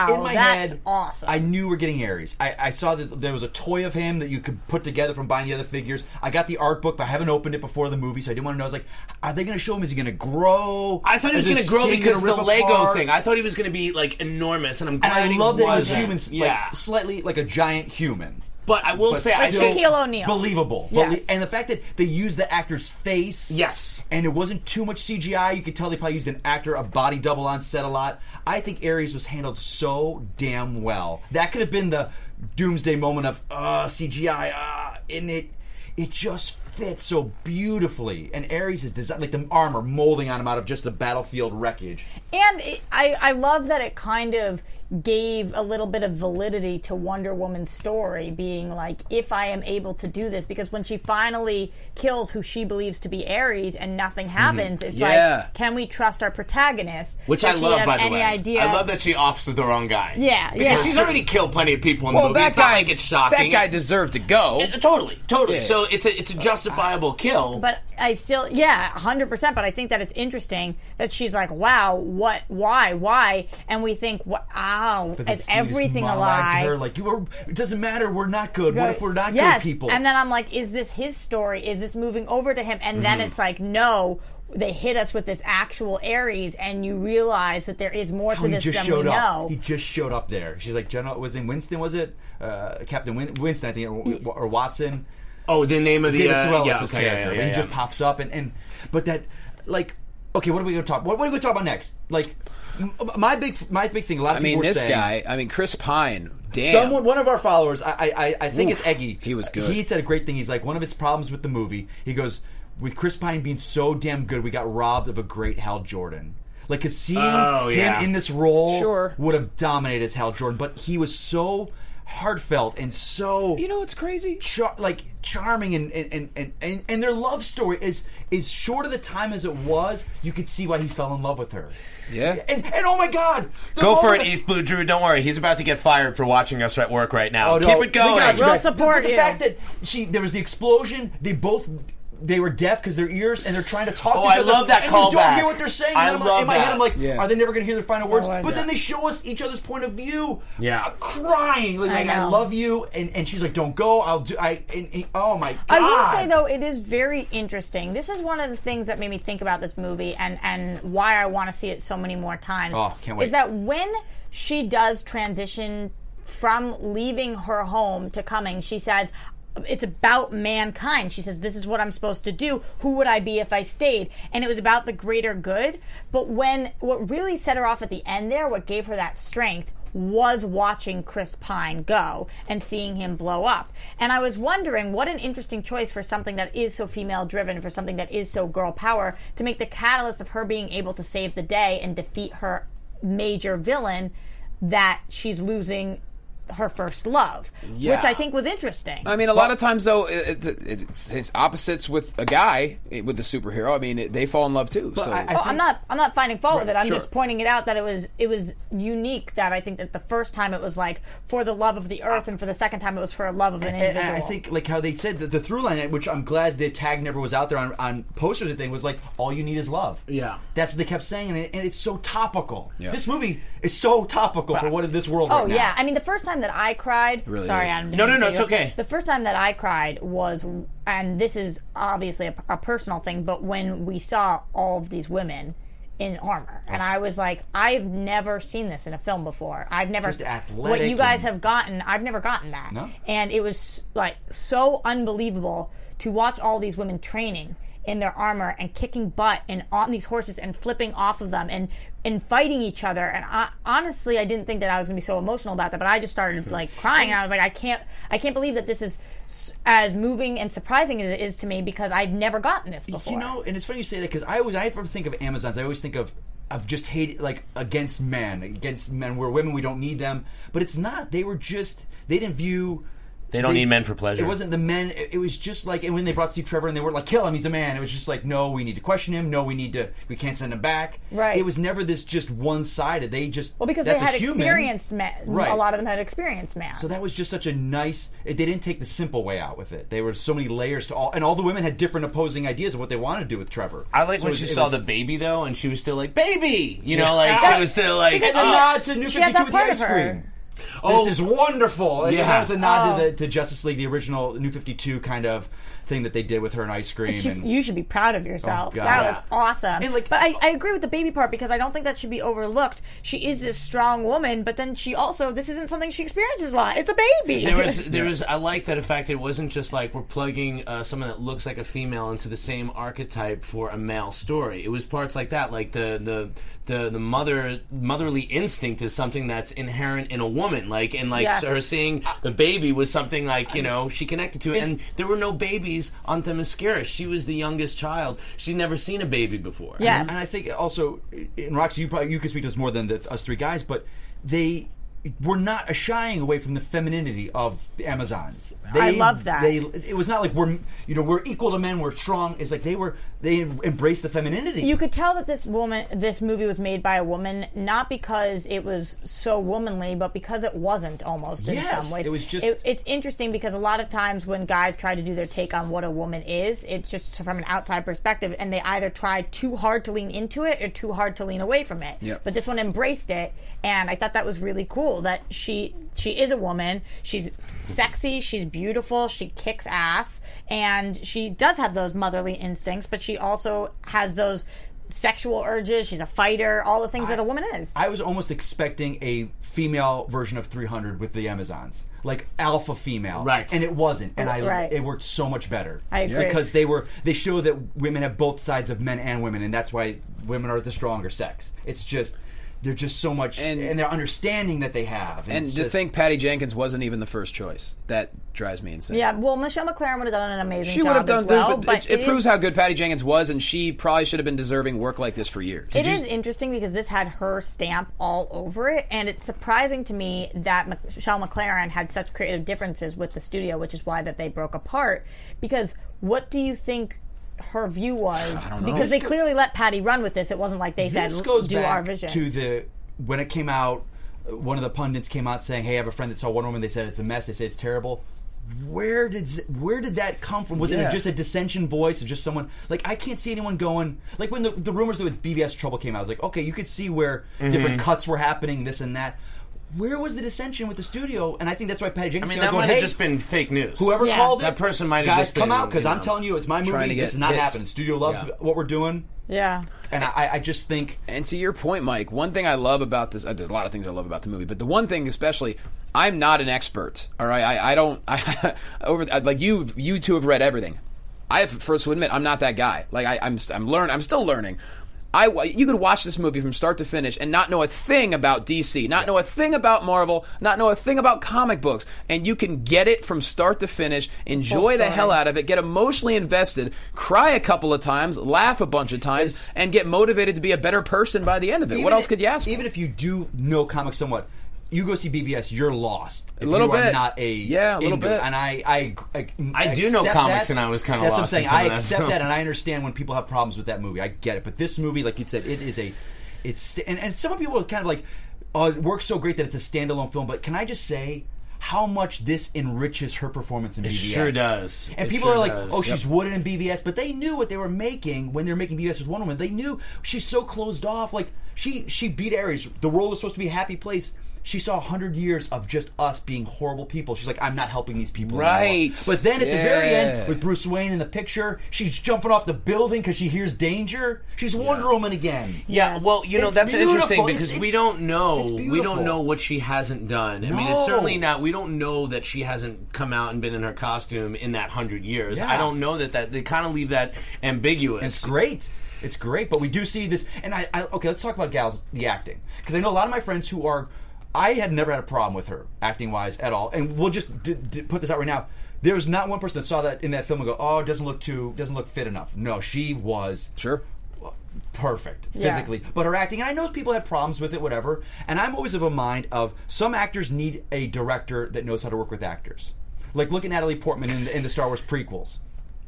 Speaker 4: "Wow,
Speaker 3: in my
Speaker 4: that's
Speaker 3: head,
Speaker 4: awesome."
Speaker 3: I knew we're getting Ares. I, I saw that there was a toy of him that you could put together from buying the other figures. I got the art book, but I haven't opened it before the movie, so I didn't want to know. I was like, are they going to show him? Is he going to grow?
Speaker 6: I thought he was
Speaker 3: Is
Speaker 6: going
Speaker 3: his
Speaker 6: to grow
Speaker 3: skin
Speaker 6: because
Speaker 3: gonna
Speaker 6: the
Speaker 3: rip
Speaker 6: Lego
Speaker 3: apart?
Speaker 6: thing. I thought he was going to be like enormous, and I'm
Speaker 3: and
Speaker 6: glad
Speaker 3: I love
Speaker 6: he
Speaker 3: that he was
Speaker 6: wasn't.
Speaker 3: human, like,
Speaker 6: yeah.
Speaker 3: slightly like a giant human.
Speaker 6: But I will
Speaker 3: But
Speaker 6: say, I
Speaker 4: Like
Speaker 6: think
Speaker 4: Shaquille O'Neal.
Speaker 3: Believable.
Speaker 4: Yes.
Speaker 3: Belie- and the fact that they used the actor's face.
Speaker 6: Yes.
Speaker 3: And it wasn't too much CGI. You could tell they probably used an actor, a body double on set a lot. I think Ares was handled so damn well. That could have been the doomsday moment of, uh, CGI, uh, and it, it just fits so beautifully. And Ares is designed, like the armor molding on him out of just the battlefield wreckage.
Speaker 4: And it, I, I love that it kind of gave a little bit of validity to Wonder Woman's story, being like, if I am able to do this, because when she finally kills who she believes to be Ares and nothing
Speaker 6: Mm-hmm.
Speaker 4: happens, it's
Speaker 2: Yeah.
Speaker 4: like, can we trust our protagonist?
Speaker 6: which
Speaker 4: Does
Speaker 6: I
Speaker 4: she
Speaker 6: love,
Speaker 4: have
Speaker 6: by the
Speaker 4: any
Speaker 6: way.
Speaker 4: Idea?
Speaker 6: I love that she offs the wrong guy.
Speaker 4: Yeah,
Speaker 6: because
Speaker 4: yeah.
Speaker 6: she's already killed plenty of people in the
Speaker 2: well,
Speaker 6: movie.
Speaker 2: that
Speaker 6: it's not
Speaker 2: guy
Speaker 6: like it's shocking.
Speaker 2: that guy deserved to go."
Speaker 6: It- uh, totally, totally.
Speaker 2: Yeah.
Speaker 6: So it's a it's a justifiable kill.
Speaker 4: But I still, yeah, hundred percent. But I think that it's interesting that she's like, "Wow, what? Why? Why?" And we think, "Wow,
Speaker 3: But then
Speaker 4: is
Speaker 3: Steve just
Speaker 4: everything a
Speaker 3: monologued to
Speaker 4: lie?"
Speaker 3: Her, like, you are, it doesn't matter. We're not good. What if we're not
Speaker 4: yes.
Speaker 3: good people?
Speaker 4: And then I'm like, is this his story? Is this moving over to him? And
Speaker 3: Mm-hmm.
Speaker 4: then it's like, no, they hit us with this actual Aries, and you realize that there is more
Speaker 3: How
Speaker 4: to
Speaker 3: Oh, he
Speaker 4: this
Speaker 3: just
Speaker 4: than
Speaker 3: showed
Speaker 4: we
Speaker 3: up.
Speaker 4: know.
Speaker 3: He just showed up there. She's like, General was in Winston, was it? Uh, Captain Win- Winston, I think, or, or Watson.
Speaker 6: oh, the name of the
Speaker 3: David
Speaker 6: uh,
Speaker 3: Thewlis
Speaker 6: yeah,
Speaker 3: is
Speaker 6: okay, yeah,
Speaker 3: character.
Speaker 6: yeah,
Speaker 3: and
Speaker 6: yeah.
Speaker 3: he just pops up, and, and but that like, okay, what are we going to talk? What, what are we going to talk about next? Like, m- my big my big thing. A lot of
Speaker 2: I
Speaker 3: people
Speaker 2: mean,
Speaker 3: were
Speaker 2: this
Speaker 3: saying,
Speaker 2: guy. I mean, Chris Pine. Damn.
Speaker 3: Someone, one of our followers, I, I, I- I think
Speaker 2: Oof,
Speaker 3: it's Eggy.
Speaker 2: he was good.
Speaker 3: He said a great thing. He's like, one of his problems with the movie, he goes, with Chris Pine being so damn good, we got robbed of a great Hal Jordan. Like, 'cause seeing
Speaker 6: Oh, yeah.
Speaker 3: him in this role
Speaker 2: Sure.
Speaker 3: would have dominated as Hal Jordan, but he was so heartfelt and so
Speaker 2: you know what's crazy?
Speaker 3: char- like charming and and, and, and and and their love story is is short of the time as it was you could see why he fell in love with her
Speaker 2: Yeah.
Speaker 3: and, and oh my god the
Speaker 6: Go for it,
Speaker 3: moment-
Speaker 6: East Blue Drew. Don't worry, he's about to get fired for watching us at work right now.
Speaker 3: Oh, no.
Speaker 6: Keep it
Speaker 3: We
Speaker 6: going.
Speaker 3: got you
Speaker 4: We'll
Speaker 3: guys.
Speaker 4: support
Speaker 3: But the
Speaker 4: you.
Speaker 3: fact that she there was the explosion, they both they were deaf because their ears and they're trying to talk.
Speaker 6: Oh,
Speaker 3: to each
Speaker 6: I
Speaker 3: other,
Speaker 6: love that
Speaker 3: and You don't
Speaker 6: callback.
Speaker 3: hear what they're saying.
Speaker 6: I
Speaker 3: and I'm
Speaker 6: love
Speaker 3: like, in my head,
Speaker 6: that.
Speaker 3: I'm like,
Speaker 2: Yeah.
Speaker 3: are they never going to hear their final words?
Speaker 4: Oh, I
Speaker 3: but then
Speaker 4: know.
Speaker 3: they show us each other's point of view.
Speaker 6: Yeah.
Speaker 3: I'm crying like,
Speaker 4: I
Speaker 3: like, I
Speaker 4: know.
Speaker 3: love you, and, and she's like, don't go. I'll do. I and, and- oh my god.
Speaker 4: I will say though, it is very interesting. This is one of the things that made me think about this movie and and why I want to see it so many more times.
Speaker 3: Oh, can't wait.
Speaker 4: Is that when she does transition from leaving her home to coming, she says. It's about mankind. She says, This is what I'm supposed to do. Who would I be if I stayed? And it was about the greater good. But when what really set her off at the end there, what gave her that strength was watching Chris Pine go and seeing him blow up. And I was wondering what an interesting choice for something that is so female driven, for something that is so girl power, to make the catalyst of her being able to save the day and defeat her major villain that she's losing her first love, which I think was interesting.
Speaker 2: I mean, a lot of times though, it, it, it's, it's opposites with a guy eh, with a superhero. I mean, it, they fall in love too. so
Speaker 3: I- I
Speaker 4: Oh, I'm not. I'm not finding fault with it. I'm
Speaker 2: sure.
Speaker 4: just pointing it out that it was. It was unique that I think that the first time it was like for the love of the earth, and for the second time it was for a love of an
Speaker 3: And
Speaker 4: individual.
Speaker 3: I think like how they said that the through line, which I'm glad the tag never was out there on, on posters and thing, was like all you need is love.
Speaker 6: Yeah.
Speaker 3: that's what they kept saying, and, it, and it's so topical.
Speaker 2: Yeah.
Speaker 3: This movie is so topical for what in this world.
Speaker 4: Oh
Speaker 3: right now.
Speaker 4: yeah, I mean the first time that I cried.
Speaker 2: really
Speaker 4: sorry,
Speaker 2: is.
Speaker 4: Adam.
Speaker 6: No, no, no,
Speaker 4: didn't mean
Speaker 6: it's
Speaker 4: to-
Speaker 6: okay.
Speaker 4: The first time that I cried was, and this is obviously a, a personal thing, but when we saw all of these women in armor, and I was like, I've never seen this in a film before. I've never
Speaker 3: Just athletic
Speaker 4: what you guys
Speaker 3: and-
Speaker 4: have gotten. I've never gotten that,
Speaker 3: No.
Speaker 4: and it was like so unbelievable to watch all these women training. In their armor and kicking butt and on these horses and flipping off of them and and fighting each other and I, honestly I didn't think that I was gonna be so emotional about that but I just
Speaker 3: Hmm.
Speaker 4: started like crying and I was like I can't I can't believe that this is s- as moving and surprising as it is to me because I've never gotten this before
Speaker 3: You know, and it's funny you say that because I always, I ever think of Amazons, I always think of of just hate like against men, against men. We're women, we don't need them. But it's not. They were just they didn't view.
Speaker 6: They don't need men for pleasure.
Speaker 3: It wasn't the men. It, it was just like, and when they brought Steve Trevor and they were like, "Kill him, he's a man." It was just like, "No, we need to question him. No, we need to. We can't send him back."
Speaker 4: Right.
Speaker 3: It was never this just one sided. They just
Speaker 4: well because they
Speaker 3: that's
Speaker 4: had
Speaker 3: a human.
Speaker 4: experienced men
Speaker 3: Right.
Speaker 4: a lot of them had experienced men
Speaker 3: So that was just such a nice. It, they didn't take the simple way out with it. There were so many layers to all, and all the women had different opposing ideas of what they wanted to do with Trevor.
Speaker 6: I like
Speaker 3: So
Speaker 6: when
Speaker 3: it
Speaker 6: she
Speaker 3: was- it
Speaker 6: saw
Speaker 3: was-
Speaker 6: the baby though, and she was still like, "Baby," you know, like she was still like,
Speaker 3: It's a
Speaker 6: "Oh."
Speaker 3: nod to New
Speaker 4: She
Speaker 3: 52
Speaker 4: had that
Speaker 3: with the
Speaker 4: part
Speaker 3: ice
Speaker 4: of her.
Speaker 3: cream. This is wonderful. And
Speaker 6: Yeah.
Speaker 3: that was a nod to,
Speaker 4: Oh.
Speaker 3: the, to Justice League, the original New 52 kind of thing that they did with her and ice cream.
Speaker 4: It's just-
Speaker 3: and
Speaker 4: you should be proud of yourself.
Speaker 3: Oh, God.
Speaker 4: that
Speaker 3: Yeah.
Speaker 4: was awesome.
Speaker 3: And, like- oh.
Speaker 4: but I, I agree with the baby part because I don't think that should be overlooked. She is this strong woman, but then she also this isn't something she experiences a lot. It's a baby.
Speaker 6: There was, there was. I like that. In fact, it wasn't just like we're plugging uh, someone that looks like a female into the same archetype for a male story. It was parts like that, like the the the, the mother motherly instinct is something that's inherent in a woman. Like and like
Speaker 4: Yes.
Speaker 6: her seeing the baby was something like you know she connected to it. And there were no babies on Themyscira. She was the youngest child. She'd never seen a baby before.
Speaker 4: yes.
Speaker 3: And I think also, in Roxy, you probably you can speak to us more than the, us three guys, but they were not shying away from the femininity of the Amazons. They,
Speaker 4: I love that.
Speaker 3: They, it was not like we're you know we're equal to men, we're strong. It's like they were they embraced the femininity.
Speaker 4: you could tell that this woman this movie was made by a woman not because it was so womanly but because it wasn't almost in
Speaker 3: Yes,
Speaker 4: some ways
Speaker 3: it was just-
Speaker 4: it's interesting because a lot of times when guys try to do their take on what a woman is it's just from an outside perspective and they either try too hard to lean into it or too hard to lean away from it
Speaker 2: Yep.
Speaker 4: but this one embraced it and i thought that was really cool that she she is a woman she's sexy she's beautiful she kicks ass and she does have those motherly instincts but she also has those sexual urges she's a fighter all the things that a woman is
Speaker 3: I was almost expecting a female version of 300 with the Amazons, like alpha female,
Speaker 6: Right.
Speaker 3: And it wasn't, and I
Speaker 4: Right.
Speaker 3: it worked so much better.
Speaker 4: I agree.
Speaker 3: because they were they show that women have both sides of men and women, and that's why women are the stronger sex. It's just they're just so much, and,
Speaker 2: And-
Speaker 3: their understanding that they have,
Speaker 2: and
Speaker 3: it's
Speaker 2: to
Speaker 3: just-
Speaker 2: think Patty Jenkins wasn't even the first choice. That drives me insane.
Speaker 4: yeah well michelle mclaren would have done an amazing
Speaker 2: She
Speaker 4: job
Speaker 2: would have done
Speaker 4: as
Speaker 2: this,
Speaker 4: well
Speaker 2: but,
Speaker 4: but
Speaker 2: it, it
Speaker 4: is-
Speaker 2: proves how good Patty Jenkins was, and she probably should have been deserving work like this for years.
Speaker 4: It is interesting because this had her stamp all over it, and it's surprising to me that Mc- Michelle McLaren had such creative differences with the studio, which is why that they broke apart. Because what do you think her view was? Because they clearly let Patty run with this. It wasn't like they said
Speaker 3: this goes
Speaker 4: do
Speaker 3: back
Speaker 4: our vision.
Speaker 3: to the when it came out. uh, One of the pundits came out saying, "Hey, I have a friend that saw Wonder Woman. They said it's a mess. They say it's terrible." where did z- where did that come from? Was
Speaker 2: Yeah.
Speaker 3: it just a dissension voice of just someone like I can't see anyone going like when the, the rumors that with BVS trouble came out, I was like, okay, you could see where
Speaker 6: Mm-hmm.
Speaker 3: different cuts were happening, this and that. Where was the dissension with the studio? And I think that's why Patty
Speaker 6: I
Speaker 3: Jenkins.
Speaker 6: mean,
Speaker 3: came out
Speaker 6: that
Speaker 3: going,
Speaker 6: might have
Speaker 3: "Hey,
Speaker 6: just been fake news.
Speaker 3: Whoever
Speaker 4: Yeah.
Speaker 3: called it,
Speaker 6: That person might have
Speaker 3: guys
Speaker 6: just
Speaker 3: come
Speaker 6: been,
Speaker 3: out because
Speaker 6: you
Speaker 3: I'm
Speaker 6: know,
Speaker 3: telling you, it's my
Speaker 2: trying
Speaker 3: movie.
Speaker 2: to get
Speaker 3: This is not
Speaker 2: hits.
Speaker 3: happening. Studio loves
Speaker 2: Yeah.
Speaker 3: what we're doing,
Speaker 4: Yeah.
Speaker 3: and I, I just think
Speaker 2: And to your point, Mike, one thing I love about this, uh, there's a lot of things I love about the movie, but the one thing especially, I'm not an expert. All right, I, I don't I, over I- like you. You two have read everything. I have first to admit I'm not that guy. Like I, I'm, st- I'm learn, I'm still learning. I wa- you could watch this movie from start to finish and not know a thing about DC, not know a thing about Marvel, not know a thing about comic books, and you can get it from start to finish, enjoy the
Speaker 4: story.
Speaker 2: hell out of it, get emotionally invested, cry a couple of times, laugh a bunch of times, and get motivated to be a better person by the end of it. what
Speaker 3: even
Speaker 2: else
Speaker 3: if-
Speaker 2: could you ask for?
Speaker 3: Even if you do know comics somewhat, you go see BVS, you're lost. If
Speaker 2: little
Speaker 3: you are
Speaker 2: bit.
Speaker 3: not a
Speaker 2: Yeah, a little
Speaker 3: into it.
Speaker 2: bit.
Speaker 3: And I, I, I,
Speaker 6: I do know
Speaker 3: accept
Speaker 6: comics
Speaker 3: that.
Speaker 6: and I was kinda
Speaker 3: That's what I'm
Speaker 6: lost in
Speaker 3: saying.
Speaker 6: some
Speaker 3: I
Speaker 6: of that
Speaker 3: accept
Speaker 6: film.
Speaker 3: that, and I understand when people have problems with that movie. I get it. But this movie, like you said, it is a, it's and, and some people are kind of like, oh, it works so great that it's a standalone film. But can I just say? How much this enriches her performance in
Speaker 6: It
Speaker 3: BVS?
Speaker 6: sure does.
Speaker 3: And
Speaker 6: It
Speaker 3: people
Speaker 6: sure
Speaker 3: are like,
Speaker 6: does.
Speaker 3: "Oh,
Speaker 6: Yep.
Speaker 3: she's wooden in BVS," but they knew what they were making when they were making BVS with Wonder Woman. They knew she's so closed off. Like she she beat Ares. The world was supposed to be a happy place. She saw hundred years of just us being horrible people. She's like, "I'm not helping these people." anymore."
Speaker 2: Right.
Speaker 3: But then at the very
Speaker 2: Yeah.
Speaker 3: end, with Bruce Wayne in the picture, she's jumping off the building because she hears danger. She's Wonder Woman again.
Speaker 6: Yeah,
Speaker 4: Yes.
Speaker 6: well, you know
Speaker 3: It's
Speaker 6: that's interesting
Speaker 3: beautiful.
Speaker 6: because
Speaker 3: It's-
Speaker 6: we
Speaker 3: it's-
Speaker 6: don't know
Speaker 3: it's
Speaker 6: we
Speaker 3: beautiful.
Speaker 6: don't know what she hasn't done. I mean, it's
Speaker 3: No.
Speaker 6: certainly not. We don't know that she hasn't come out and been in her costume in that hundred years.
Speaker 3: Yeah.
Speaker 6: I don't know that that they kind of leave that ambiguous.
Speaker 3: It's great. It's great, but we do see this. And I, I okay, let's talk about gals the acting because I know a lot of my friends who are. I had never had a problem with her acting wise at all, and we'll just d- d- put this out right now. There's not one person that saw that in that film and go, "Oh, it doesn't look too doesn't look fit enough." No, she was
Speaker 2: Sure.
Speaker 3: perfect
Speaker 4: Yeah.
Speaker 3: physically, but her acting. And I know people had problems with it, whatever. And I'm always of a mind of some actors need a director that knows how to work with actors. Like look at Natalie Portman in the, in the Star Wars prequels.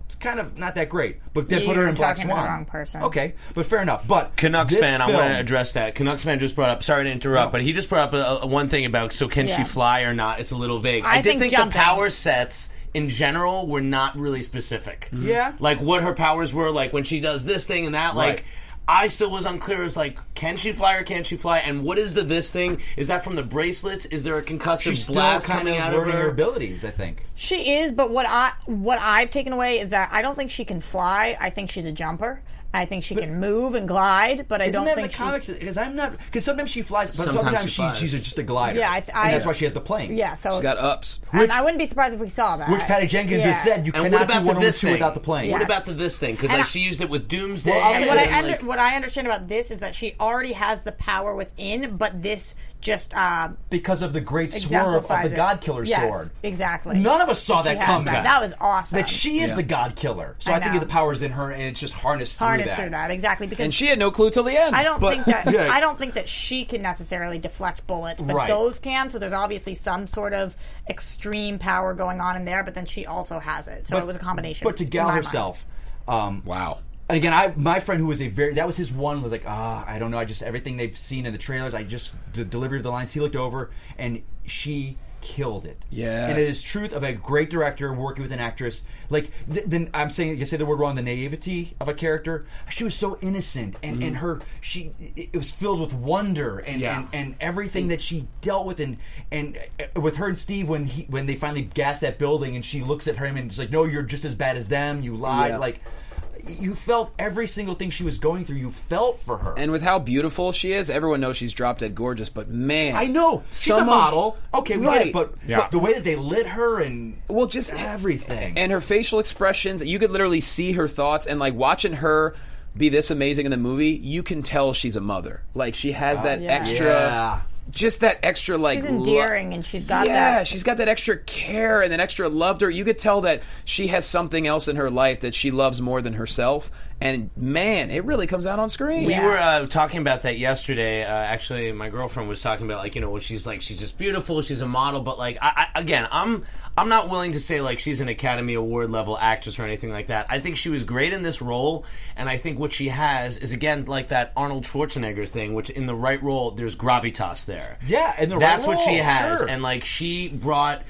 Speaker 3: It's kind of not that great, but they put her
Speaker 4: You're
Speaker 3: in Black
Speaker 4: talking to the
Speaker 3: Swan.
Speaker 4: wrong person.
Speaker 3: Okay, but fair enough. But
Speaker 6: Canucks
Speaker 3: this
Speaker 6: fan, I
Speaker 3: film-
Speaker 6: want to address that. Canucks fan just brought up. Sorry to interrupt, but he just brought up a, a- one thing about so can she
Speaker 4: Yeah.
Speaker 6: fly or not? It's a little vague. I,
Speaker 4: I
Speaker 6: did
Speaker 4: think
Speaker 6: think,
Speaker 4: jumping.
Speaker 6: the power sets in general were not really specific.
Speaker 3: Yeah.
Speaker 6: like what her powers were, like when she does this thing and that, like.
Speaker 3: Right.
Speaker 6: I still was unclear as like, can she fly or can't she fly? And what is the this thing? Is that from the bracelets? Is there a concussive
Speaker 3: She's still
Speaker 6: blast
Speaker 3: kind
Speaker 6: coming
Speaker 3: of
Speaker 6: out of
Speaker 3: learning
Speaker 6: her?
Speaker 3: her abilities. I think.
Speaker 4: She is, but what I what I've taken away is that I don't think she can fly. I think she's a jumper. I think she can move and glide, but I
Speaker 3: Isn't
Speaker 4: don't
Speaker 3: that in
Speaker 4: think
Speaker 3: the comics?
Speaker 4: she.
Speaker 3: Because I'm not. Because sometimes she flies, but
Speaker 6: Sometimes
Speaker 3: sometimes,
Speaker 6: she
Speaker 3: she
Speaker 6: flies.
Speaker 3: she's a, just a glider.
Speaker 4: Yeah, I- I-
Speaker 3: and that's why she has the plane.
Speaker 4: Yeah, so
Speaker 2: She's got ups.
Speaker 4: and I wouldn't be surprised if we saw that.
Speaker 3: Which Patty Jenkins
Speaker 4: Yeah.
Speaker 3: has said you
Speaker 6: And
Speaker 3: cannot
Speaker 6: what about
Speaker 3: do
Speaker 6: the
Speaker 3: Wonder Woman
Speaker 6: this
Speaker 3: 2
Speaker 6: thing?
Speaker 3: without the plane.
Speaker 6: What
Speaker 4: Yeah.
Speaker 6: about the this thing? Because
Speaker 4: And
Speaker 6: like
Speaker 4: I-
Speaker 6: she used it with Doomsday.
Speaker 3: Well, I'll
Speaker 4: And
Speaker 3: say
Speaker 4: what I
Speaker 3: this,
Speaker 4: under,
Speaker 6: like-
Speaker 4: what I understand about this is that she already has the power within, but this just uh,
Speaker 3: because of the great swerve of the
Speaker 4: exemplifies it.
Speaker 3: God Killer
Speaker 4: Yes,
Speaker 3: sword.
Speaker 4: Exactly.
Speaker 3: None of us saw
Speaker 4: She
Speaker 3: that
Speaker 4: has
Speaker 3: coming.
Speaker 4: that. That was awesome.
Speaker 3: That she is
Speaker 2: Yeah.
Speaker 3: the God Killer. So
Speaker 4: I
Speaker 3: I, think
Speaker 4: know.
Speaker 3: the power is in her, and it's just harnessed, through
Speaker 4: harnessed
Speaker 3: that.
Speaker 4: through that exactly because
Speaker 2: And she had no clue till the end.
Speaker 4: I don't
Speaker 3: But-
Speaker 4: think that
Speaker 3: Yeah.
Speaker 4: I don't think that she can necessarily deflect bullets, but
Speaker 3: Right.
Speaker 4: those can. So there's obviously some sort of extreme power going on in there, but then she also has it. So it was a combination.
Speaker 3: But to
Speaker 4: in
Speaker 3: Gal
Speaker 4: my mind.
Speaker 3: herself, um,
Speaker 2: Wow.
Speaker 3: and again, I my friend who was a very that was his one was like ah I don't know I just everything they've seen in the trailers I just the delivery of the lines he looked over and she killed it
Speaker 2: Yeah.
Speaker 3: and it is truth of a great director working with an actress like th- then I'm saying you say the word wrong the naivety of a character she was so innocent and
Speaker 2: Mm-hmm.
Speaker 3: and her she it it was filled with wonder and
Speaker 6: Yeah.
Speaker 3: and, and everything that she dealt with and and uh, with her and Steve when he when they finally gas that building and she looks at him and she's like no you're just as bad as them you lied
Speaker 2: Yeah.
Speaker 3: like you felt every single thing she was going through. You felt for her.
Speaker 2: And with how beautiful she is, everyone knows she's drop dead gorgeous, but man.
Speaker 3: I know she's a
Speaker 2: some of-
Speaker 3: model. okay, we get
Speaker 2: right.
Speaker 3: it, but,
Speaker 7: Yeah.
Speaker 3: but the way that they lit her and
Speaker 2: Well, just-
Speaker 3: everything.
Speaker 2: and her facial expressions you could literally see her thoughts and like watching her be this amazing in the movie you can tell she's a mother like she has that
Speaker 4: Yeah.
Speaker 2: extra
Speaker 3: Oh, Yeah.
Speaker 2: just that extra like
Speaker 4: She's
Speaker 2: lo-
Speaker 4: endearing and she's got
Speaker 2: yeah
Speaker 4: that-
Speaker 2: she's got that extra care and that extra love to her you could tell that she has something else in her life that she loves more than herself and man it really comes out on screen
Speaker 4: Yeah.
Speaker 6: We were uh, talking about that yesterday. Uh, actually, my girlfriend was talking about like you know well, she's like she's just beautiful, she's a model, but like I, I, again, I'm I'm not willing to say like she's an Academy Award level actress or anything like that. I think she was great in this role, and I think what she has is again like that Arnold Schwarzenegger thing, which in the right role there's gravitas there.
Speaker 3: Yeah, in the right
Speaker 6: that's what she
Speaker 3: role,
Speaker 6: has,
Speaker 3: sure.
Speaker 6: and like she brought.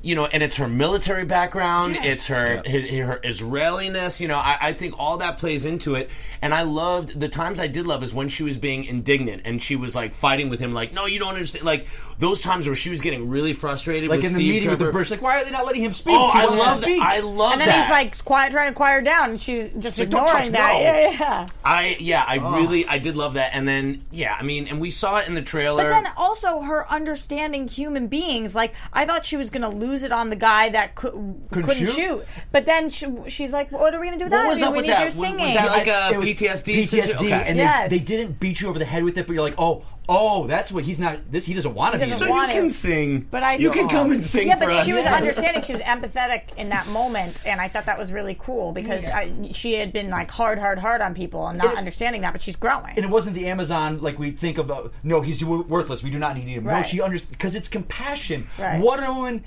Speaker 6: you know, and it's her military background,
Speaker 3: Yes.
Speaker 6: it's her hi- her Israeliness. You know, I, I think all that plays into it. And I loved the times I did love is when she was being indignant and she was like fighting with him, like, "No, you don't understand." Like those times where she was getting really frustrated,
Speaker 3: Like
Speaker 6: with
Speaker 3: in the
Speaker 6: Steve
Speaker 3: meeting with the
Speaker 6: Trevor.
Speaker 3: British, like why are they not letting him speak?
Speaker 6: Oh,
Speaker 3: He
Speaker 6: I
Speaker 3: wants to
Speaker 6: love that!
Speaker 3: speak.
Speaker 6: I love
Speaker 4: And then
Speaker 6: that.
Speaker 4: he's like quiet, trying to quiet her down, and she's just
Speaker 3: like, "Don't touch-
Speaker 4: ignoring that.
Speaker 3: no."
Speaker 4: Yeah, yeah.
Speaker 6: I yeah, I
Speaker 3: Oh.
Speaker 6: really I did love that. And then yeah, I mean, and we saw it in the trailer.
Speaker 4: But then also her understanding human beings. Like I thought she was going to lose it on the guy that could, couldn't,
Speaker 3: shoot?
Speaker 4: shoot. But then she, she's like, "What are we going to do with
Speaker 6: What
Speaker 4: that?
Speaker 6: was
Speaker 4: I mean,
Speaker 6: up
Speaker 4: we
Speaker 6: with
Speaker 4: need
Speaker 6: that?
Speaker 4: your
Speaker 6: Was- was
Speaker 4: singing."
Speaker 6: that like uh,
Speaker 3: I-
Speaker 6: a
Speaker 3: it was
Speaker 6: PTSD
Speaker 3: PTSD,
Speaker 6: situation? Okay.
Speaker 3: and
Speaker 4: Yes.
Speaker 3: they, they didn't beat you over the head with it, but you're like, oh, oh, that's what he's not. This he doesn't want to be.
Speaker 4: doesn't
Speaker 6: so
Speaker 3: in
Speaker 6: you
Speaker 3: this.
Speaker 4: want
Speaker 6: can
Speaker 4: it.
Speaker 6: sing,
Speaker 4: But I Oh.
Speaker 6: you can come and sing
Speaker 4: Yeah,
Speaker 6: for
Speaker 4: but
Speaker 6: us.
Speaker 4: she was understanding. She was empathetic in that moment, and I thought that was really cool because I, she had been like hard, hard, hard on people and not understanding that. But she's growing.
Speaker 3: and it wasn't the Amazon like we think about. No, he's w- worthless. We do not need him. No,
Speaker 4: Right.
Speaker 3: she understands because it's compassion.
Speaker 4: Right.
Speaker 3: Wonder Woman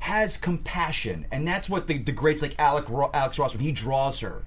Speaker 3: has compassion, and that's what the, the greats like Alec Ro- Alex Ross when he draws her.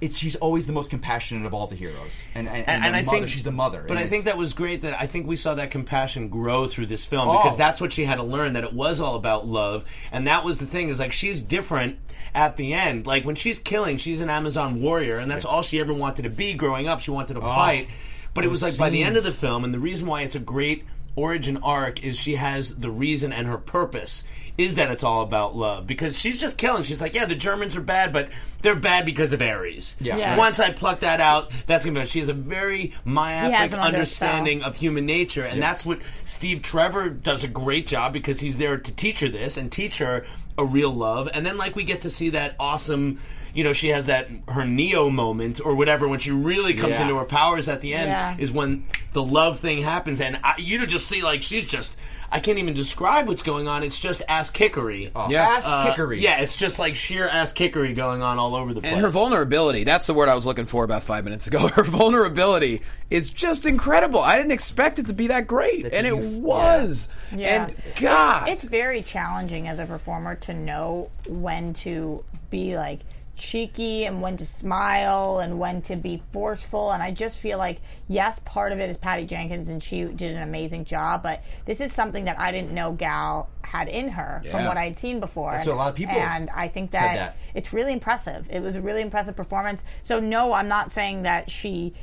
Speaker 3: It's she's always the most compassionate of all the heroes, and and, and,
Speaker 6: and, and
Speaker 3: the
Speaker 6: I
Speaker 3: mother-
Speaker 6: think
Speaker 3: she's the mother. and
Speaker 6: But I think
Speaker 3: it's-
Speaker 6: that was great. That I think we saw that compassion grow through this film
Speaker 3: Oh.
Speaker 6: because that's what she had to learn that it was all about love, and that was the thing is like she's different at the end. Like when she's killing, she's an Amazon warrior, and that's all she ever wanted to be growing up. She wanted to fight, but it was like by the end of the film, and the reason why it's a great origin arc is she has the reason and her purpose is that it's all about love because she's just killing she's like yeah the germans are bad but they're bad because of aries
Speaker 3: Yeah. Yeah.
Speaker 6: once i pluck that out that's gonna be she has a very myopic
Speaker 4: He has
Speaker 6: like,
Speaker 4: an
Speaker 6: understanding of human nature, and that's what Steve Trevor does a great job because he's there to teach her this and teach her a real love, and then like we get to see that awesome. You know, she has that her Neo moment or whatever when she really comes
Speaker 3: Yeah.
Speaker 6: into her powers at the end
Speaker 4: Yeah.
Speaker 6: is when the love thing happens, and I, you just see like she's just I can't even describe what's going on. It's just ass kickery.
Speaker 2: Yeah.
Speaker 3: ass
Speaker 6: Uh,
Speaker 3: kickery.
Speaker 6: yeah, it's just like sheer ass kickery going on all over the place.
Speaker 2: And her vulnerability, that's the word I was looking for about five minutes ago. Her vulnerability is just incredible. I didn't expect it to be that great. and it was.
Speaker 4: Yeah.
Speaker 2: And God.
Speaker 4: it's very challenging as a performer to know when to be like cheeky and when to smile and when to be forceful and i just feel like yes part of it is patty jenkins and she did an amazing job but this is something that i didn't know gal had in her from
Speaker 2: Yeah.
Speaker 4: what i'd seen before
Speaker 3: That's what a lot of people
Speaker 4: and i think
Speaker 3: said
Speaker 4: that,
Speaker 3: that.
Speaker 4: it's really impressive it was a really impressive performance so no i'm not saying that she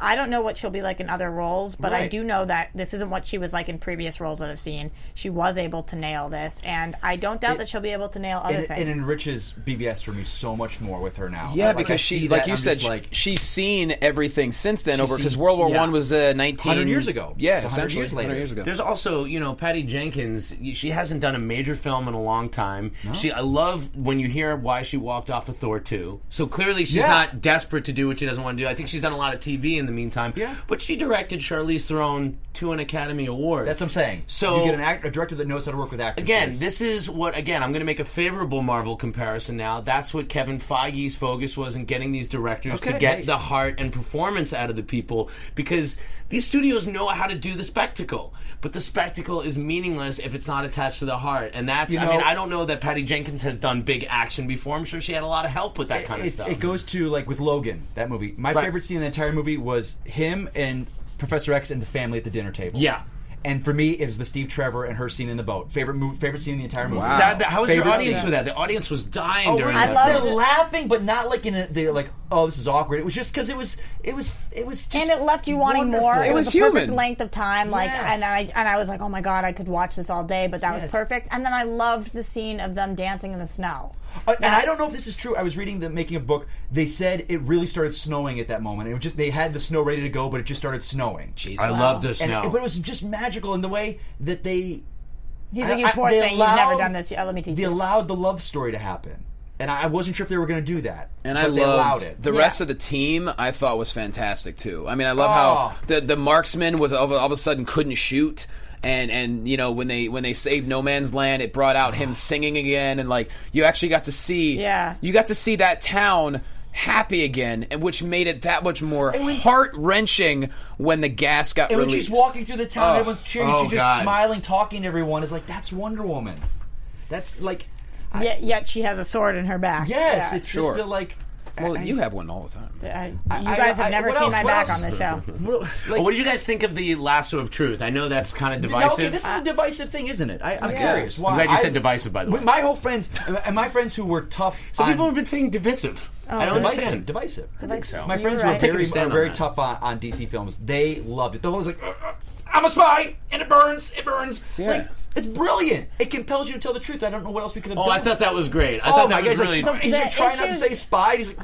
Speaker 4: i don't know what she'll be like in other roles but i
Speaker 2: Right.
Speaker 4: do know that this isn't what she was like in previous roles that I've seen. She was able to nail this, and I don't doubt that she'll be able to nail other
Speaker 3: And it,
Speaker 4: things.
Speaker 3: it enriches BBS for me so much more with her now.
Speaker 2: Yeah,
Speaker 3: Like, I
Speaker 2: because
Speaker 3: see
Speaker 2: she,
Speaker 3: that,
Speaker 2: like you
Speaker 3: I'm
Speaker 2: said,
Speaker 3: just
Speaker 2: sh-
Speaker 3: like
Speaker 2: she's seen everything since then.
Speaker 3: She's
Speaker 2: Over because
Speaker 3: seen-
Speaker 2: World War
Speaker 3: yeah.
Speaker 2: One was uh, nineteen
Speaker 3: 100 years ago.
Speaker 2: Yeah,
Speaker 3: It's 100
Speaker 2: essentially,
Speaker 3: years later.
Speaker 2: 100 years ago.
Speaker 6: There's also, you know, Patty Jenkins. y- She hasn't done a major film in a long time. She, I love when you hear why she walked off of Thor two. So clearly, she's
Speaker 3: Yeah.
Speaker 6: not desperate to do what she doesn't want to do. I think she's done a lot of TV in the meantime.
Speaker 3: Yeah.
Speaker 6: But she directed Charlize Theron to an Academy Award.
Speaker 3: that's what I'm saying.
Speaker 6: So-
Speaker 3: you get an act, a director that knows how to work with actors.
Speaker 6: Again, this is what again I'm going to make a favorable Marvel comparison now. That's what Kevin Feige's focus was in getting these directors to
Speaker 3: Okay.
Speaker 6: get the heart and performance out of the people because these studios know how to do the spectacle, but the spectacle is meaningless if it's not attached to the heart. And that's
Speaker 3: You
Speaker 6: I mean
Speaker 3: know-
Speaker 6: I don't know that Patty Jenkins has done big action before. I'm sure she had a lot of help with that kind of
Speaker 3: it,
Speaker 6: stuff.
Speaker 3: it goes to like with Logan, that movie. My
Speaker 6: Right.
Speaker 3: favorite scene in the entire movie was him and Professor X and the family at the dinner table.
Speaker 6: Yeah.
Speaker 3: And for me, it was the Steve Trevor and her scene in the boat. Favorite move, favorite scene in the entire movie.
Speaker 2: Wow.
Speaker 6: That- that- how was your
Speaker 3: Favorite
Speaker 6: audience
Speaker 3: scene.
Speaker 6: with that? The audience was dying
Speaker 3: Oh,
Speaker 6: during
Speaker 3: I
Speaker 6: that.
Speaker 3: love
Speaker 6: film.
Speaker 3: they're laughing, but not like in a. They're like, oh, this is awkward. It was just because it was, it was, it was just.
Speaker 4: and it left you wanting
Speaker 3: wonderful.
Speaker 4: more. It,
Speaker 2: was
Speaker 4: was, a perfect
Speaker 2: human.
Speaker 4: length of time, like,
Speaker 3: Yes.
Speaker 4: and I and I was like, oh my god, I could watch this all day, but that
Speaker 3: Yes.
Speaker 4: was perfect. And then I loved the scene of them dancing in the snow.
Speaker 3: Uh, and I don't know if this is true. I was reading the making of book. They said it really started snowing at that moment. It was just they had the snow ready to go, but it just started snowing. Jesus.
Speaker 6: I love this
Speaker 3: And,
Speaker 6: now.
Speaker 3: But it was just magical in the way that they
Speaker 4: He's
Speaker 3: I-
Speaker 4: like, you
Speaker 3: I-
Speaker 4: poor
Speaker 3: they
Speaker 4: thing, you've
Speaker 3: allowed-
Speaker 4: never done this. Yeah, let me teach
Speaker 3: They
Speaker 4: you.
Speaker 3: allowed the love story to happen, and I I wasn't sure if they were going to do that.
Speaker 2: And
Speaker 3: but
Speaker 2: I
Speaker 3: they allowed
Speaker 2: love
Speaker 3: it.
Speaker 2: the rest of the team. I thought was fantastic too. I mean, I love
Speaker 3: Oh.
Speaker 2: how the the marksman was all, of- all of a sudden couldn't shoot, and and you know when they when they saved No Man's Land, it brought out him singing again, and like you actually got to see
Speaker 4: Yeah.
Speaker 2: you got to see that town happy again, and which made it that much more heart wrenching when the gas got
Speaker 3: and when
Speaker 2: released.
Speaker 3: she's walking through the town, everyone's cheering.
Speaker 6: Oh,
Speaker 3: she's just
Speaker 6: God.
Speaker 3: smiling, talking to everyone. It's like that's Wonder Woman. That's like
Speaker 4: Yet, yet she has a sword in her back.
Speaker 3: yes,
Speaker 4: Yeah.
Speaker 3: it's
Speaker 2: Sure.
Speaker 3: just a, like
Speaker 2: Well, you have one all the time.
Speaker 4: I, you
Speaker 3: I-
Speaker 4: guys have
Speaker 3: I-
Speaker 4: never
Speaker 3: what
Speaker 4: seen
Speaker 3: else-
Speaker 4: my
Speaker 3: what
Speaker 4: back
Speaker 3: else?
Speaker 4: on this show.
Speaker 3: Well, like-
Speaker 6: What did you guys think of the lasso of truth? I know that's kind of
Speaker 3: No,
Speaker 6: divisive.
Speaker 3: okay, this is a divisive thing, isn't it? I, I'm curious.
Speaker 6: I'm
Speaker 3: why-
Speaker 6: glad you
Speaker 3: I-
Speaker 6: said divisive, by the way.
Speaker 3: My whole friends and my friends who were tough.
Speaker 6: so
Speaker 3: on-
Speaker 6: people have been saying divisive. I don't
Speaker 3: divisive.
Speaker 6: understand.
Speaker 3: Divisive. I
Speaker 4: think so.
Speaker 3: My
Speaker 4: Oh, You're
Speaker 3: friends
Speaker 4: right.
Speaker 3: were
Speaker 4: Take
Speaker 6: a
Speaker 3: very,
Speaker 6: stand
Speaker 3: are
Speaker 6: on
Speaker 3: very
Speaker 6: that.
Speaker 3: tough on, on DC films. They loved it. They're always like, "Uh, uh, I'm a spy, and it burns, it burns. Like, it's brilliant. It compels you to tell the truth. I don't know what else we could have
Speaker 6: Oh,
Speaker 3: done.
Speaker 6: I thought that was great. I
Speaker 3: oh
Speaker 6: thought
Speaker 3: my
Speaker 6: that
Speaker 3: God,
Speaker 6: was
Speaker 3: he's
Speaker 6: really.
Speaker 3: like, he's like
Speaker 4: The
Speaker 3: trying not to
Speaker 4: issue-
Speaker 3: say spy. He's like,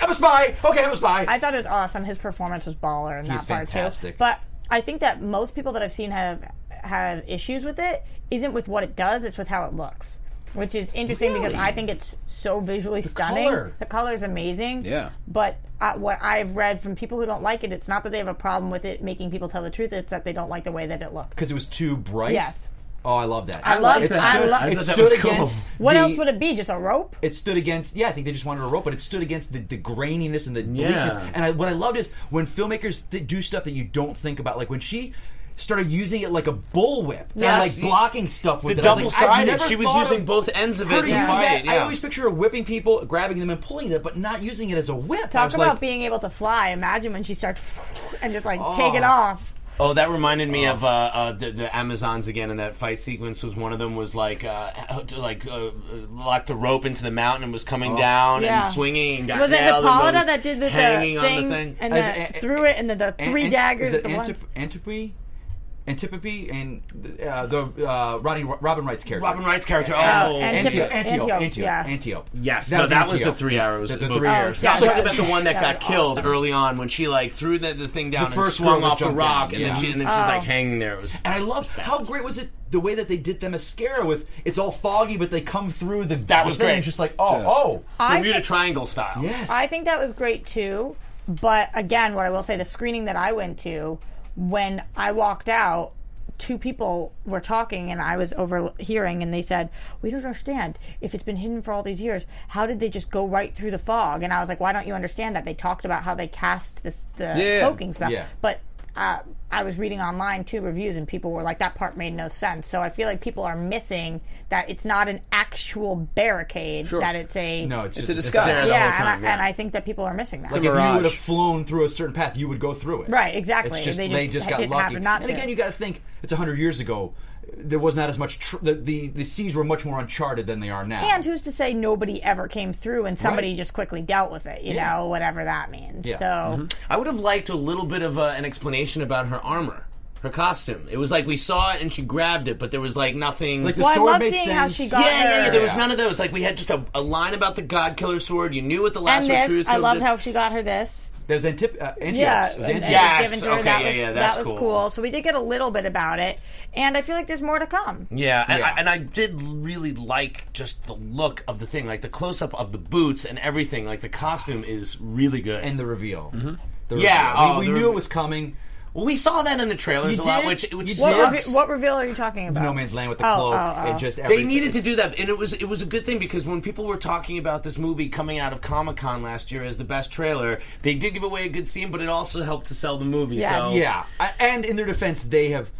Speaker 3: I'm a spy. Okay, I'm a spy.
Speaker 4: I thought it was awesome. His performance was baller in
Speaker 3: He's
Speaker 4: that part
Speaker 3: fantastic.
Speaker 4: too. But I think that most people that I've seen have have issues with it isn't with what it does; it's with how it looks, which is interesting because
Speaker 3: Really?
Speaker 4: I think it's so visually stunning.
Speaker 3: color.
Speaker 4: The color is amazing.
Speaker 2: Yeah.
Speaker 4: But uh, what I've read from people who don't like it, it's not that they have a problem with it making people tell the truth; it's that they don't like the way that it looked.
Speaker 3: Because it was too bright.
Speaker 4: Yes.
Speaker 3: Oh, I love that.
Speaker 4: I I love like
Speaker 3: it.
Speaker 4: that. I
Speaker 3: Stood,
Speaker 4: love- I
Speaker 3: it
Speaker 6: thought that
Speaker 3: stood
Speaker 6: was cool.
Speaker 3: against.
Speaker 4: What
Speaker 3: the-
Speaker 4: else would it be? Just a rope?
Speaker 3: it stood against yeah i think they just wanted a rope but it stood against the, the graininess and the bleakness
Speaker 6: Yeah.
Speaker 3: and I, what i loved is when filmmakers th- do stuff that you don't think about like when she started using it like a bullwhip and
Speaker 4: Yes.
Speaker 3: like blocking stuff with
Speaker 6: The
Speaker 3: it I was like,
Speaker 6: double sided.
Speaker 3: I've never
Speaker 6: She was
Speaker 3: thought
Speaker 6: using
Speaker 3: of
Speaker 6: both ends of
Speaker 3: her
Speaker 6: it
Speaker 3: to
Speaker 6: to
Speaker 3: use
Speaker 6: fight.
Speaker 3: that. I
Speaker 6: yeah.
Speaker 3: always picture her whipping people grabbing them and pulling them but not using it as a whip I
Speaker 4: Talk
Speaker 3: was
Speaker 4: about
Speaker 3: like,
Speaker 4: being able to fly. Imagine when she starts and just like take it off.
Speaker 6: Oh, that reminded me of uh, uh, the, the Amazons again. And that fight sequence was one of them was like uh, how to, like uh, locked the rope into the mountain and was coming
Speaker 3: Oh.
Speaker 6: down
Speaker 4: Yeah.
Speaker 6: and swinging. And got
Speaker 4: Was it
Speaker 6: nailed and
Speaker 4: Hippolyta
Speaker 6: was
Speaker 4: that did the, the
Speaker 6: hanging
Speaker 4: thing,
Speaker 6: on the thing?
Speaker 4: and
Speaker 3: As-
Speaker 4: the,
Speaker 3: a- a-
Speaker 4: threw it and then the
Speaker 3: An-
Speaker 4: three
Speaker 3: an-
Speaker 4: daggers
Speaker 3: is
Speaker 4: at
Speaker 3: it
Speaker 4: the once?
Speaker 3: Antip- Antipy? Antipathy and uh, the uh, Rodney Robin Wright's character.
Speaker 6: Robin Wright's character. Oh,
Speaker 4: and
Speaker 3: Antiope,
Speaker 4: Antip-
Speaker 3: Antiope,
Speaker 4: Antiope,
Speaker 3: Antiope,
Speaker 4: yeah.
Speaker 3: Antiope.
Speaker 6: Yes, no, that was the
Speaker 3: Antiope.
Speaker 6: three arrows.
Speaker 3: The, the
Speaker 6: But-
Speaker 3: three arrows.
Speaker 4: Oh, yeah.
Speaker 6: I was talking
Speaker 4: that-
Speaker 6: about the one that,
Speaker 4: that
Speaker 6: got
Speaker 4: was
Speaker 6: killed
Speaker 4: awesome.
Speaker 6: early on when she like threw the, the thing down and
Speaker 3: first girl
Speaker 6: swung
Speaker 3: that
Speaker 6: off the
Speaker 3: jumped
Speaker 6: rock,
Speaker 3: down,
Speaker 6: and
Speaker 3: yeah.
Speaker 6: then she and then she's
Speaker 4: Oh.
Speaker 6: like hanging there. It was
Speaker 3: And I love how great was it the way that they did the mascara with it's all foggy, but they come through the
Speaker 6: That was
Speaker 3: the thing,
Speaker 6: great.
Speaker 3: Just like oh
Speaker 2: Just-
Speaker 3: oh
Speaker 4: I
Speaker 6: Bermuda
Speaker 4: think-
Speaker 6: Triangle style.
Speaker 3: yes,
Speaker 4: I think that was great too. But again, what I will say, the screening that I went to, when I walked out, two people were talking and I was overhearing, and they said, "We don't understand. If it's been hidden for all these years, how did they just go right through the fog?" And I was like, "Why don't you understand that?" They talked about how they cast this the
Speaker 2: Yeah.
Speaker 4: cloaking spell,
Speaker 3: Yeah.
Speaker 4: but. Uh, I was reading online two reviews, and people were like, "That part made no sense." So I feel like people are missing that it's not an actual barricade; that it's a
Speaker 3: no, it's,
Speaker 2: It's
Speaker 3: just,
Speaker 2: a disguise.
Speaker 6: there the
Speaker 4: yeah,
Speaker 6: whole
Speaker 4: and,
Speaker 6: time,
Speaker 4: I,
Speaker 6: yeah.
Speaker 4: and I think that people are missing that.
Speaker 3: Like if you
Speaker 2: mirage.
Speaker 3: would have flown through a certain path, you would go through it.
Speaker 4: Right, exactly.
Speaker 3: It's just,
Speaker 4: They
Speaker 3: they
Speaker 4: just
Speaker 3: just, got
Speaker 4: didn't
Speaker 3: lucky.
Speaker 4: happen not
Speaker 3: and
Speaker 4: to.
Speaker 3: again, you got to think it's hundred years ago. There was not as much. Tr- the, the the seas were much more uncharted than they are now.
Speaker 4: and who's to say nobody ever came through and somebody
Speaker 3: Right.
Speaker 4: just quickly dealt with it? You
Speaker 3: Yeah.
Speaker 4: know, whatever that means.
Speaker 3: Yeah. Mm-hmm.
Speaker 4: So
Speaker 6: I would have liked a little bit of uh, an explanation about her armor, her costume. It was like we saw it and she grabbed it, but there was like nothing.
Speaker 3: like the
Speaker 4: Well, I
Speaker 3: sword
Speaker 4: love
Speaker 3: made
Speaker 4: seeing
Speaker 3: sense.
Speaker 4: how she got
Speaker 6: yeah, yeah, yeah. There was
Speaker 3: Yeah.
Speaker 6: none of those. Like we had just a, a line about the God Killer sword. You knew what the last
Speaker 4: and
Speaker 6: of
Speaker 4: this,
Speaker 6: truth.
Speaker 4: I
Speaker 6: was.
Speaker 4: loved how she got her this.
Speaker 3: There's Antip- uh, Antiope.
Speaker 4: Yeah,
Speaker 3: It was
Speaker 4: and it was
Speaker 3: Antiope.
Speaker 6: Yes.
Speaker 4: given to her.
Speaker 6: okay,
Speaker 4: that
Speaker 6: yeah,
Speaker 4: was,
Speaker 6: yeah,
Speaker 4: that
Speaker 6: that's
Speaker 4: was
Speaker 6: cool.
Speaker 4: cool. So we did get a little bit about it, and I feel like there's more to come.
Speaker 6: Yeah, and,
Speaker 3: Yeah.
Speaker 6: I, and I did really like just the look of the thing, like the close up of the boots and everything. Like the costume is really good.
Speaker 3: and the reveal. The
Speaker 6: Mm-hmm. Yeah,
Speaker 3: reveal.
Speaker 6: oh,
Speaker 3: we,
Speaker 6: the
Speaker 3: we knew
Speaker 6: reveal.
Speaker 3: it was coming.
Speaker 6: well, we saw that in the trailers
Speaker 3: You
Speaker 6: a lot,
Speaker 3: did?
Speaker 6: which which
Speaker 3: You
Speaker 4: What,
Speaker 3: did?
Speaker 6: sucks.
Speaker 4: reve- what reveal are you talking about?
Speaker 3: No man's land with the
Speaker 4: Oh,
Speaker 3: cloak
Speaker 4: oh, oh.
Speaker 3: and just
Speaker 6: They
Speaker 3: everything.
Speaker 6: needed to do that, and it was it was a good thing because when people were talking about this movie coming out of Comic Con last year as the best trailer, they did give away a good scene, but it also helped to sell the movie.
Speaker 4: Yes.
Speaker 6: So
Speaker 3: Yeah, I- and in their defense, they have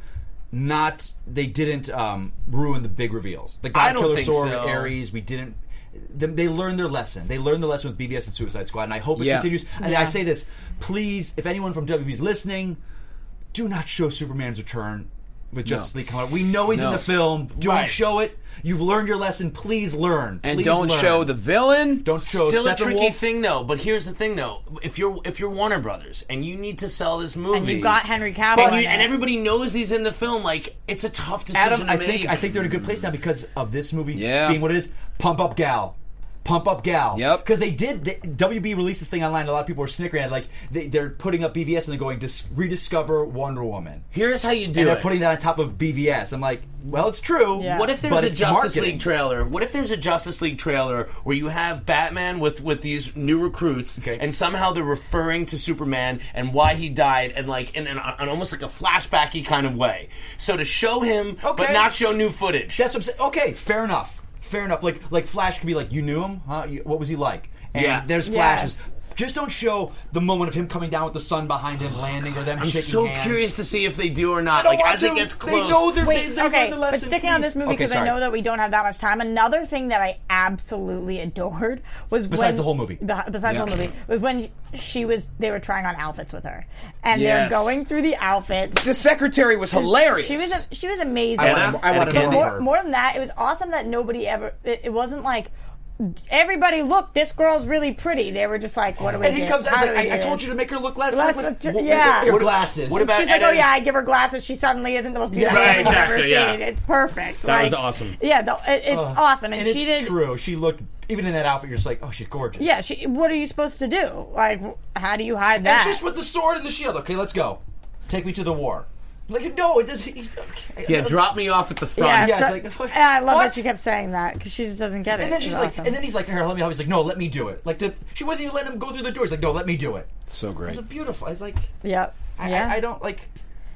Speaker 3: not. They didn't um, ruin the big reveals. The
Speaker 6: I
Speaker 3: God
Speaker 6: don't
Speaker 3: Killer
Speaker 6: think
Speaker 3: Sword,
Speaker 6: so.
Speaker 3: Ares. We didn't. They, they learned their lesson. They learned the lesson with BVS and Suicide Squad, and I hope it
Speaker 2: Yeah.
Speaker 3: continues. And I say this, please, if anyone from WB is listening, do not show Superman's return with Justice League coming out. We know he's in
Speaker 2: No.
Speaker 3: the film. Don't
Speaker 6: Right.
Speaker 3: show it. You've learned your lesson. Please learn.
Speaker 2: And
Speaker 3: Please
Speaker 2: don't
Speaker 3: learn.
Speaker 2: show the villain.
Speaker 3: Don't show
Speaker 6: Still a tricky
Speaker 3: Steppenwolf.
Speaker 6: thing though, but here's the thing though: if you're if you're Warner Brothers and you need to sell this movie,
Speaker 4: And you've got Henry Cavill
Speaker 6: and,
Speaker 4: in it.
Speaker 6: and everybody knows he's in the film, like it's a tough decision.
Speaker 3: Adam,
Speaker 6: to
Speaker 3: I
Speaker 6: make.
Speaker 3: think I think they're in a good place now because of this movie
Speaker 2: Yeah.
Speaker 3: being what it is. Pump up gal. Pump up gal.
Speaker 2: Yep.
Speaker 3: Because they did. They, WB released this thing online. A lot of people were snickering at it, like they, they're putting up BVS and they're going Dis- rediscover Wonder Woman.
Speaker 6: here's how you do
Speaker 3: And
Speaker 6: it.
Speaker 3: they're putting that on top of BVS. I'm like, well, it's true.
Speaker 4: Yeah.
Speaker 6: What if there's
Speaker 3: but
Speaker 6: a
Speaker 3: it's
Speaker 6: Justice
Speaker 3: marketing.
Speaker 6: League trailer? What if there's a Justice League trailer where you have Batman with with these new recruits,
Speaker 3: Okay.
Speaker 6: and somehow they're referring to Superman and why he died, and like in an, an almost like a flashbacky kind of way. So to show him, but
Speaker 3: Okay.
Speaker 6: not show new footage.
Speaker 3: That's what I'm saying. Okay, fair enough. Fair enough. Like like Flash could be like, you knew him, huh? You- What was he like? And
Speaker 6: Yeah.
Speaker 3: there's
Speaker 4: Yes.
Speaker 3: flashes. Just don't show the moment of him coming down with the sun behind him, landing, or them
Speaker 6: I'm
Speaker 3: shaking
Speaker 6: so
Speaker 3: hands.
Speaker 6: curious to see if they do or
Speaker 3: I
Speaker 6: not.
Speaker 3: don't
Speaker 6: Like
Speaker 3: want
Speaker 6: as it
Speaker 3: to.
Speaker 6: gets close,
Speaker 3: They know they're,
Speaker 4: Wait,
Speaker 3: they, they
Speaker 4: okay,
Speaker 3: learned the
Speaker 4: but
Speaker 3: lesson.
Speaker 4: sticking on this movie
Speaker 3: Okay,
Speaker 4: because I
Speaker 3: sorry.
Speaker 4: know that we don't have that much time. Another thing that I absolutely adored was
Speaker 3: Besides
Speaker 4: when,
Speaker 3: the whole movie.
Speaker 4: Beh- besides the whole movie was when she was they were trying on outfits with her, and
Speaker 2: Yes.
Speaker 4: they're going through the outfits.
Speaker 2: The secretary was hilarious.
Speaker 4: She was a, she was amazing.
Speaker 3: I wanted- I wanted
Speaker 4: But
Speaker 3: more of
Speaker 4: more,
Speaker 3: her.
Speaker 4: more than that, it was awesome that nobody ever. It, it wasn't like everybody look. This girl's really pretty. They were just like, what do we?
Speaker 3: And
Speaker 4: do?
Speaker 3: he comes out
Speaker 4: How
Speaker 3: and
Speaker 4: do
Speaker 3: is
Speaker 4: we
Speaker 3: like, I,
Speaker 4: do
Speaker 3: I told
Speaker 4: this?"
Speaker 3: you to make her look less,
Speaker 4: Less
Speaker 3: like with,
Speaker 4: of-
Speaker 3: with-
Speaker 4: yeah,
Speaker 3: with glasses.
Speaker 6: What about
Speaker 4: She's like, oh
Speaker 6: Edda's-
Speaker 4: yeah, I give her glasses. She suddenly isn't the most beautiful
Speaker 3: Right,
Speaker 4: woman I've ever
Speaker 6: exactly, yeah.
Speaker 4: seen. It's perfect.
Speaker 6: That was
Speaker 4: Like,
Speaker 6: awesome.
Speaker 4: Yeah, the, it, it's awesome, and,
Speaker 3: and
Speaker 4: she
Speaker 3: it's
Speaker 4: did.
Speaker 3: true. She looked even in that outfit. You're just like, oh, she's gorgeous.
Speaker 4: Yeah, she. What are you supposed to do? Like, how do you hide that?
Speaker 3: It's just with the sword and the shield. Okay, let's go. Take me to the war. Like no, it does. He's, okay.
Speaker 6: yeah, drop me off at the front.
Speaker 4: yeah,
Speaker 3: yeah, it's
Speaker 4: so-
Speaker 3: like, fuck,
Speaker 4: and I love
Speaker 3: what?
Speaker 4: that she kept saying that because she just doesn't get it.
Speaker 3: And then
Speaker 4: It
Speaker 3: she's
Speaker 4: was
Speaker 3: like,
Speaker 4: awesome.
Speaker 3: and then he's like, here, let me help. He's like, no, let me do it. Like the, she wasn't even letting him go through the door. He's like, no, let me do it.
Speaker 2: so
Speaker 3: It
Speaker 2: great.
Speaker 3: was beautiful. It's like,
Speaker 4: yep.
Speaker 3: I,
Speaker 4: yeah.
Speaker 3: I, I don't like,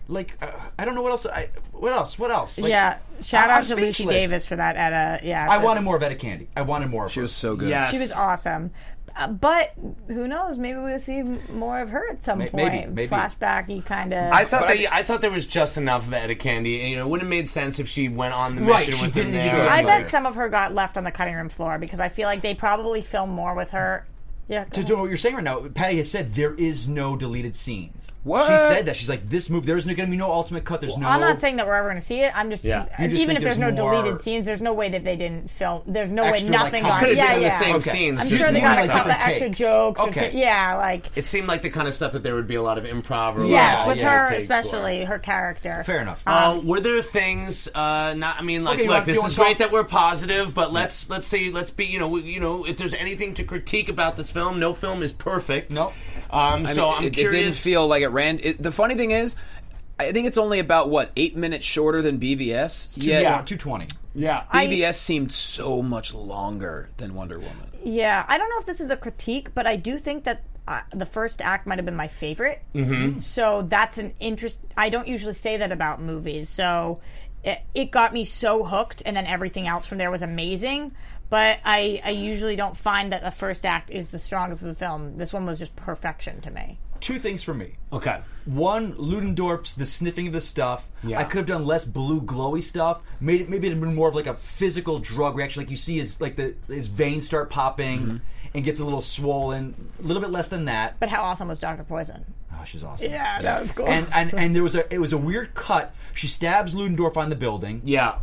Speaker 3: like uh, I don't know what else. I what else? What else? Like,
Speaker 4: yeah. Shout
Speaker 3: I-
Speaker 4: out
Speaker 3: I'm
Speaker 4: to Lucy
Speaker 3: speechless.
Speaker 4: Davis for that. At a yeah.
Speaker 3: I
Speaker 4: that's-
Speaker 3: wanted more of Etta Candy. I wanted more. Of
Speaker 2: She
Speaker 3: her.
Speaker 2: was so good.
Speaker 6: Yes.
Speaker 4: She was awesome. Uh, but who knows? Maybe we'll see m- more of her at some
Speaker 3: May-
Speaker 4: point.
Speaker 3: maybe, maybe.
Speaker 4: Flashbacky kind
Speaker 6: I
Speaker 4: of.
Speaker 6: thought they, I thought there was just enough of Etta Candy. and, You know, it would have made sense if she went on the mission
Speaker 3: Right, she
Speaker 6: with
Speaker 3: didn't
Speaker 6: him
Speaker 3: even
Speaker 6: there.
Speaker 3: go
Speaker 4: I
Speaker 3: Anyway.
Speaker 4: bet some of her got left on the cutting room floor because I feel like they probably film more with her. Yeah.
Speaker 3: To do what you're saying right now, Patty has said there is no deleted scenes.
Speaker 2: What?
Speaker 3: She said that she's like this move. There's no going to be no ultimate cut. There's no.
Speaker 4: I'm not saying that we're ever going to see it. I'm just,
Speaker 6: Yeah.
Speaker 3: You just
Speaker 4: even
Speaker 3: think
Speaker 4: if there's,
Speaker 3: there's
Speaker 4: no
Speaker 3: more
Speaker 4: deleted scenes, there's no way that they didn't film. There's no way
Speaker 3: Extra, like,
Speaker 4: nothing
Speaker 3: content.
Speaker 4: got.
Speaker 6: Could have
Speaker 4: Yeah,
Speaker 6: taken
Speaker 4: yeah.
Speaker 6: the same
Speaker 3: Okay.
Speaker 6: scenes.
Speaker 4: I'm
Speaker 6: just
Speaker 4: sure they
Speaker 6: more
Speaker 4: got a
Speaker 6: stuff.
Speaker 4: couple of
Speaker 3: different
Speaker 4: extra
Speaker 3: takes.
Speaker 4: jokes. or
Speaker 3: Okay.
Speaker 4: t- yeah, like
Speaker 6: It seemed like the kind of stuff that there would be a lot of improv. Or
Speaker 4: yes,
Speaker 3: yeah,
Speaker 4: with
Speaker 3: yeah,
Speaker 4: her
Speaker 6: takes for.
Speaker 4: especially, her character.
Speaker 3: Fair enough. Um,
Speaker 6: Uh, were there things? Uh, not. I mean, like,
Speaker 3: Okay, you
Speaker 6: look,
Speaker 3: want- you
Speaker 6: this
Speaker 3: want
Speaker 6: is
Speaker 3: to talk-
Speaker 6: great that we're positive, but let's let's say let's be. You know, we, you know, if there's anything to critique about this film, no film is perfect.
Speaker 3: Nope.
Speaker 6: Um, so
Speaker 2: I mean,
Speaker 6: I'm
Speaker 2: it, it
Speaker 6: curious.
Speaker 2: didn't feel like it ran. It, the funny thing is, I think it's only about what eight minutes shorter than BVS.
Speaker 3: Two-
Speaker 2: yet
Speaker 3: two twenty.
Speaker 6: Yeah.
Speaker 2: BVS seemed so much longer than Wonder Woman.
Speaker 4: Yeah, I don't know if this is a critique, but I do think that uh, the first act might have been my favorite. Mm-hmm. So that's an interest. I don't usually say that about movies. So it, it got me so hooked, and then everything else from there was amazing. But I, I usually don't find that the first act is the strongest of the film. This one was just perfection to me.
Speaker 3: Two things for me.
Speaker 6: Okay.
Speaker 3: One, Ludendorff's the sniffing of the stuff.
Speaker 6: Yeah.
Speaker 3: I could have done less blue glowy stuff. Made it maybe it'd been more of like a physical drug reaction. Like you see his like the his veins start popping
Speaker 6: Mm-hmm.
Speaker 3: and gets a little swollen. A little bit less than that.
Speaker 4: But how awesome was Dr. Poison?
Speaker 3: Oh, she's awesome.
Speaker 4: Yeah, that was cool.
Speaker 3: And, and and there was a it was a weird cut. She stabs Ludendorff on the building.
Speaker 6: Yeah.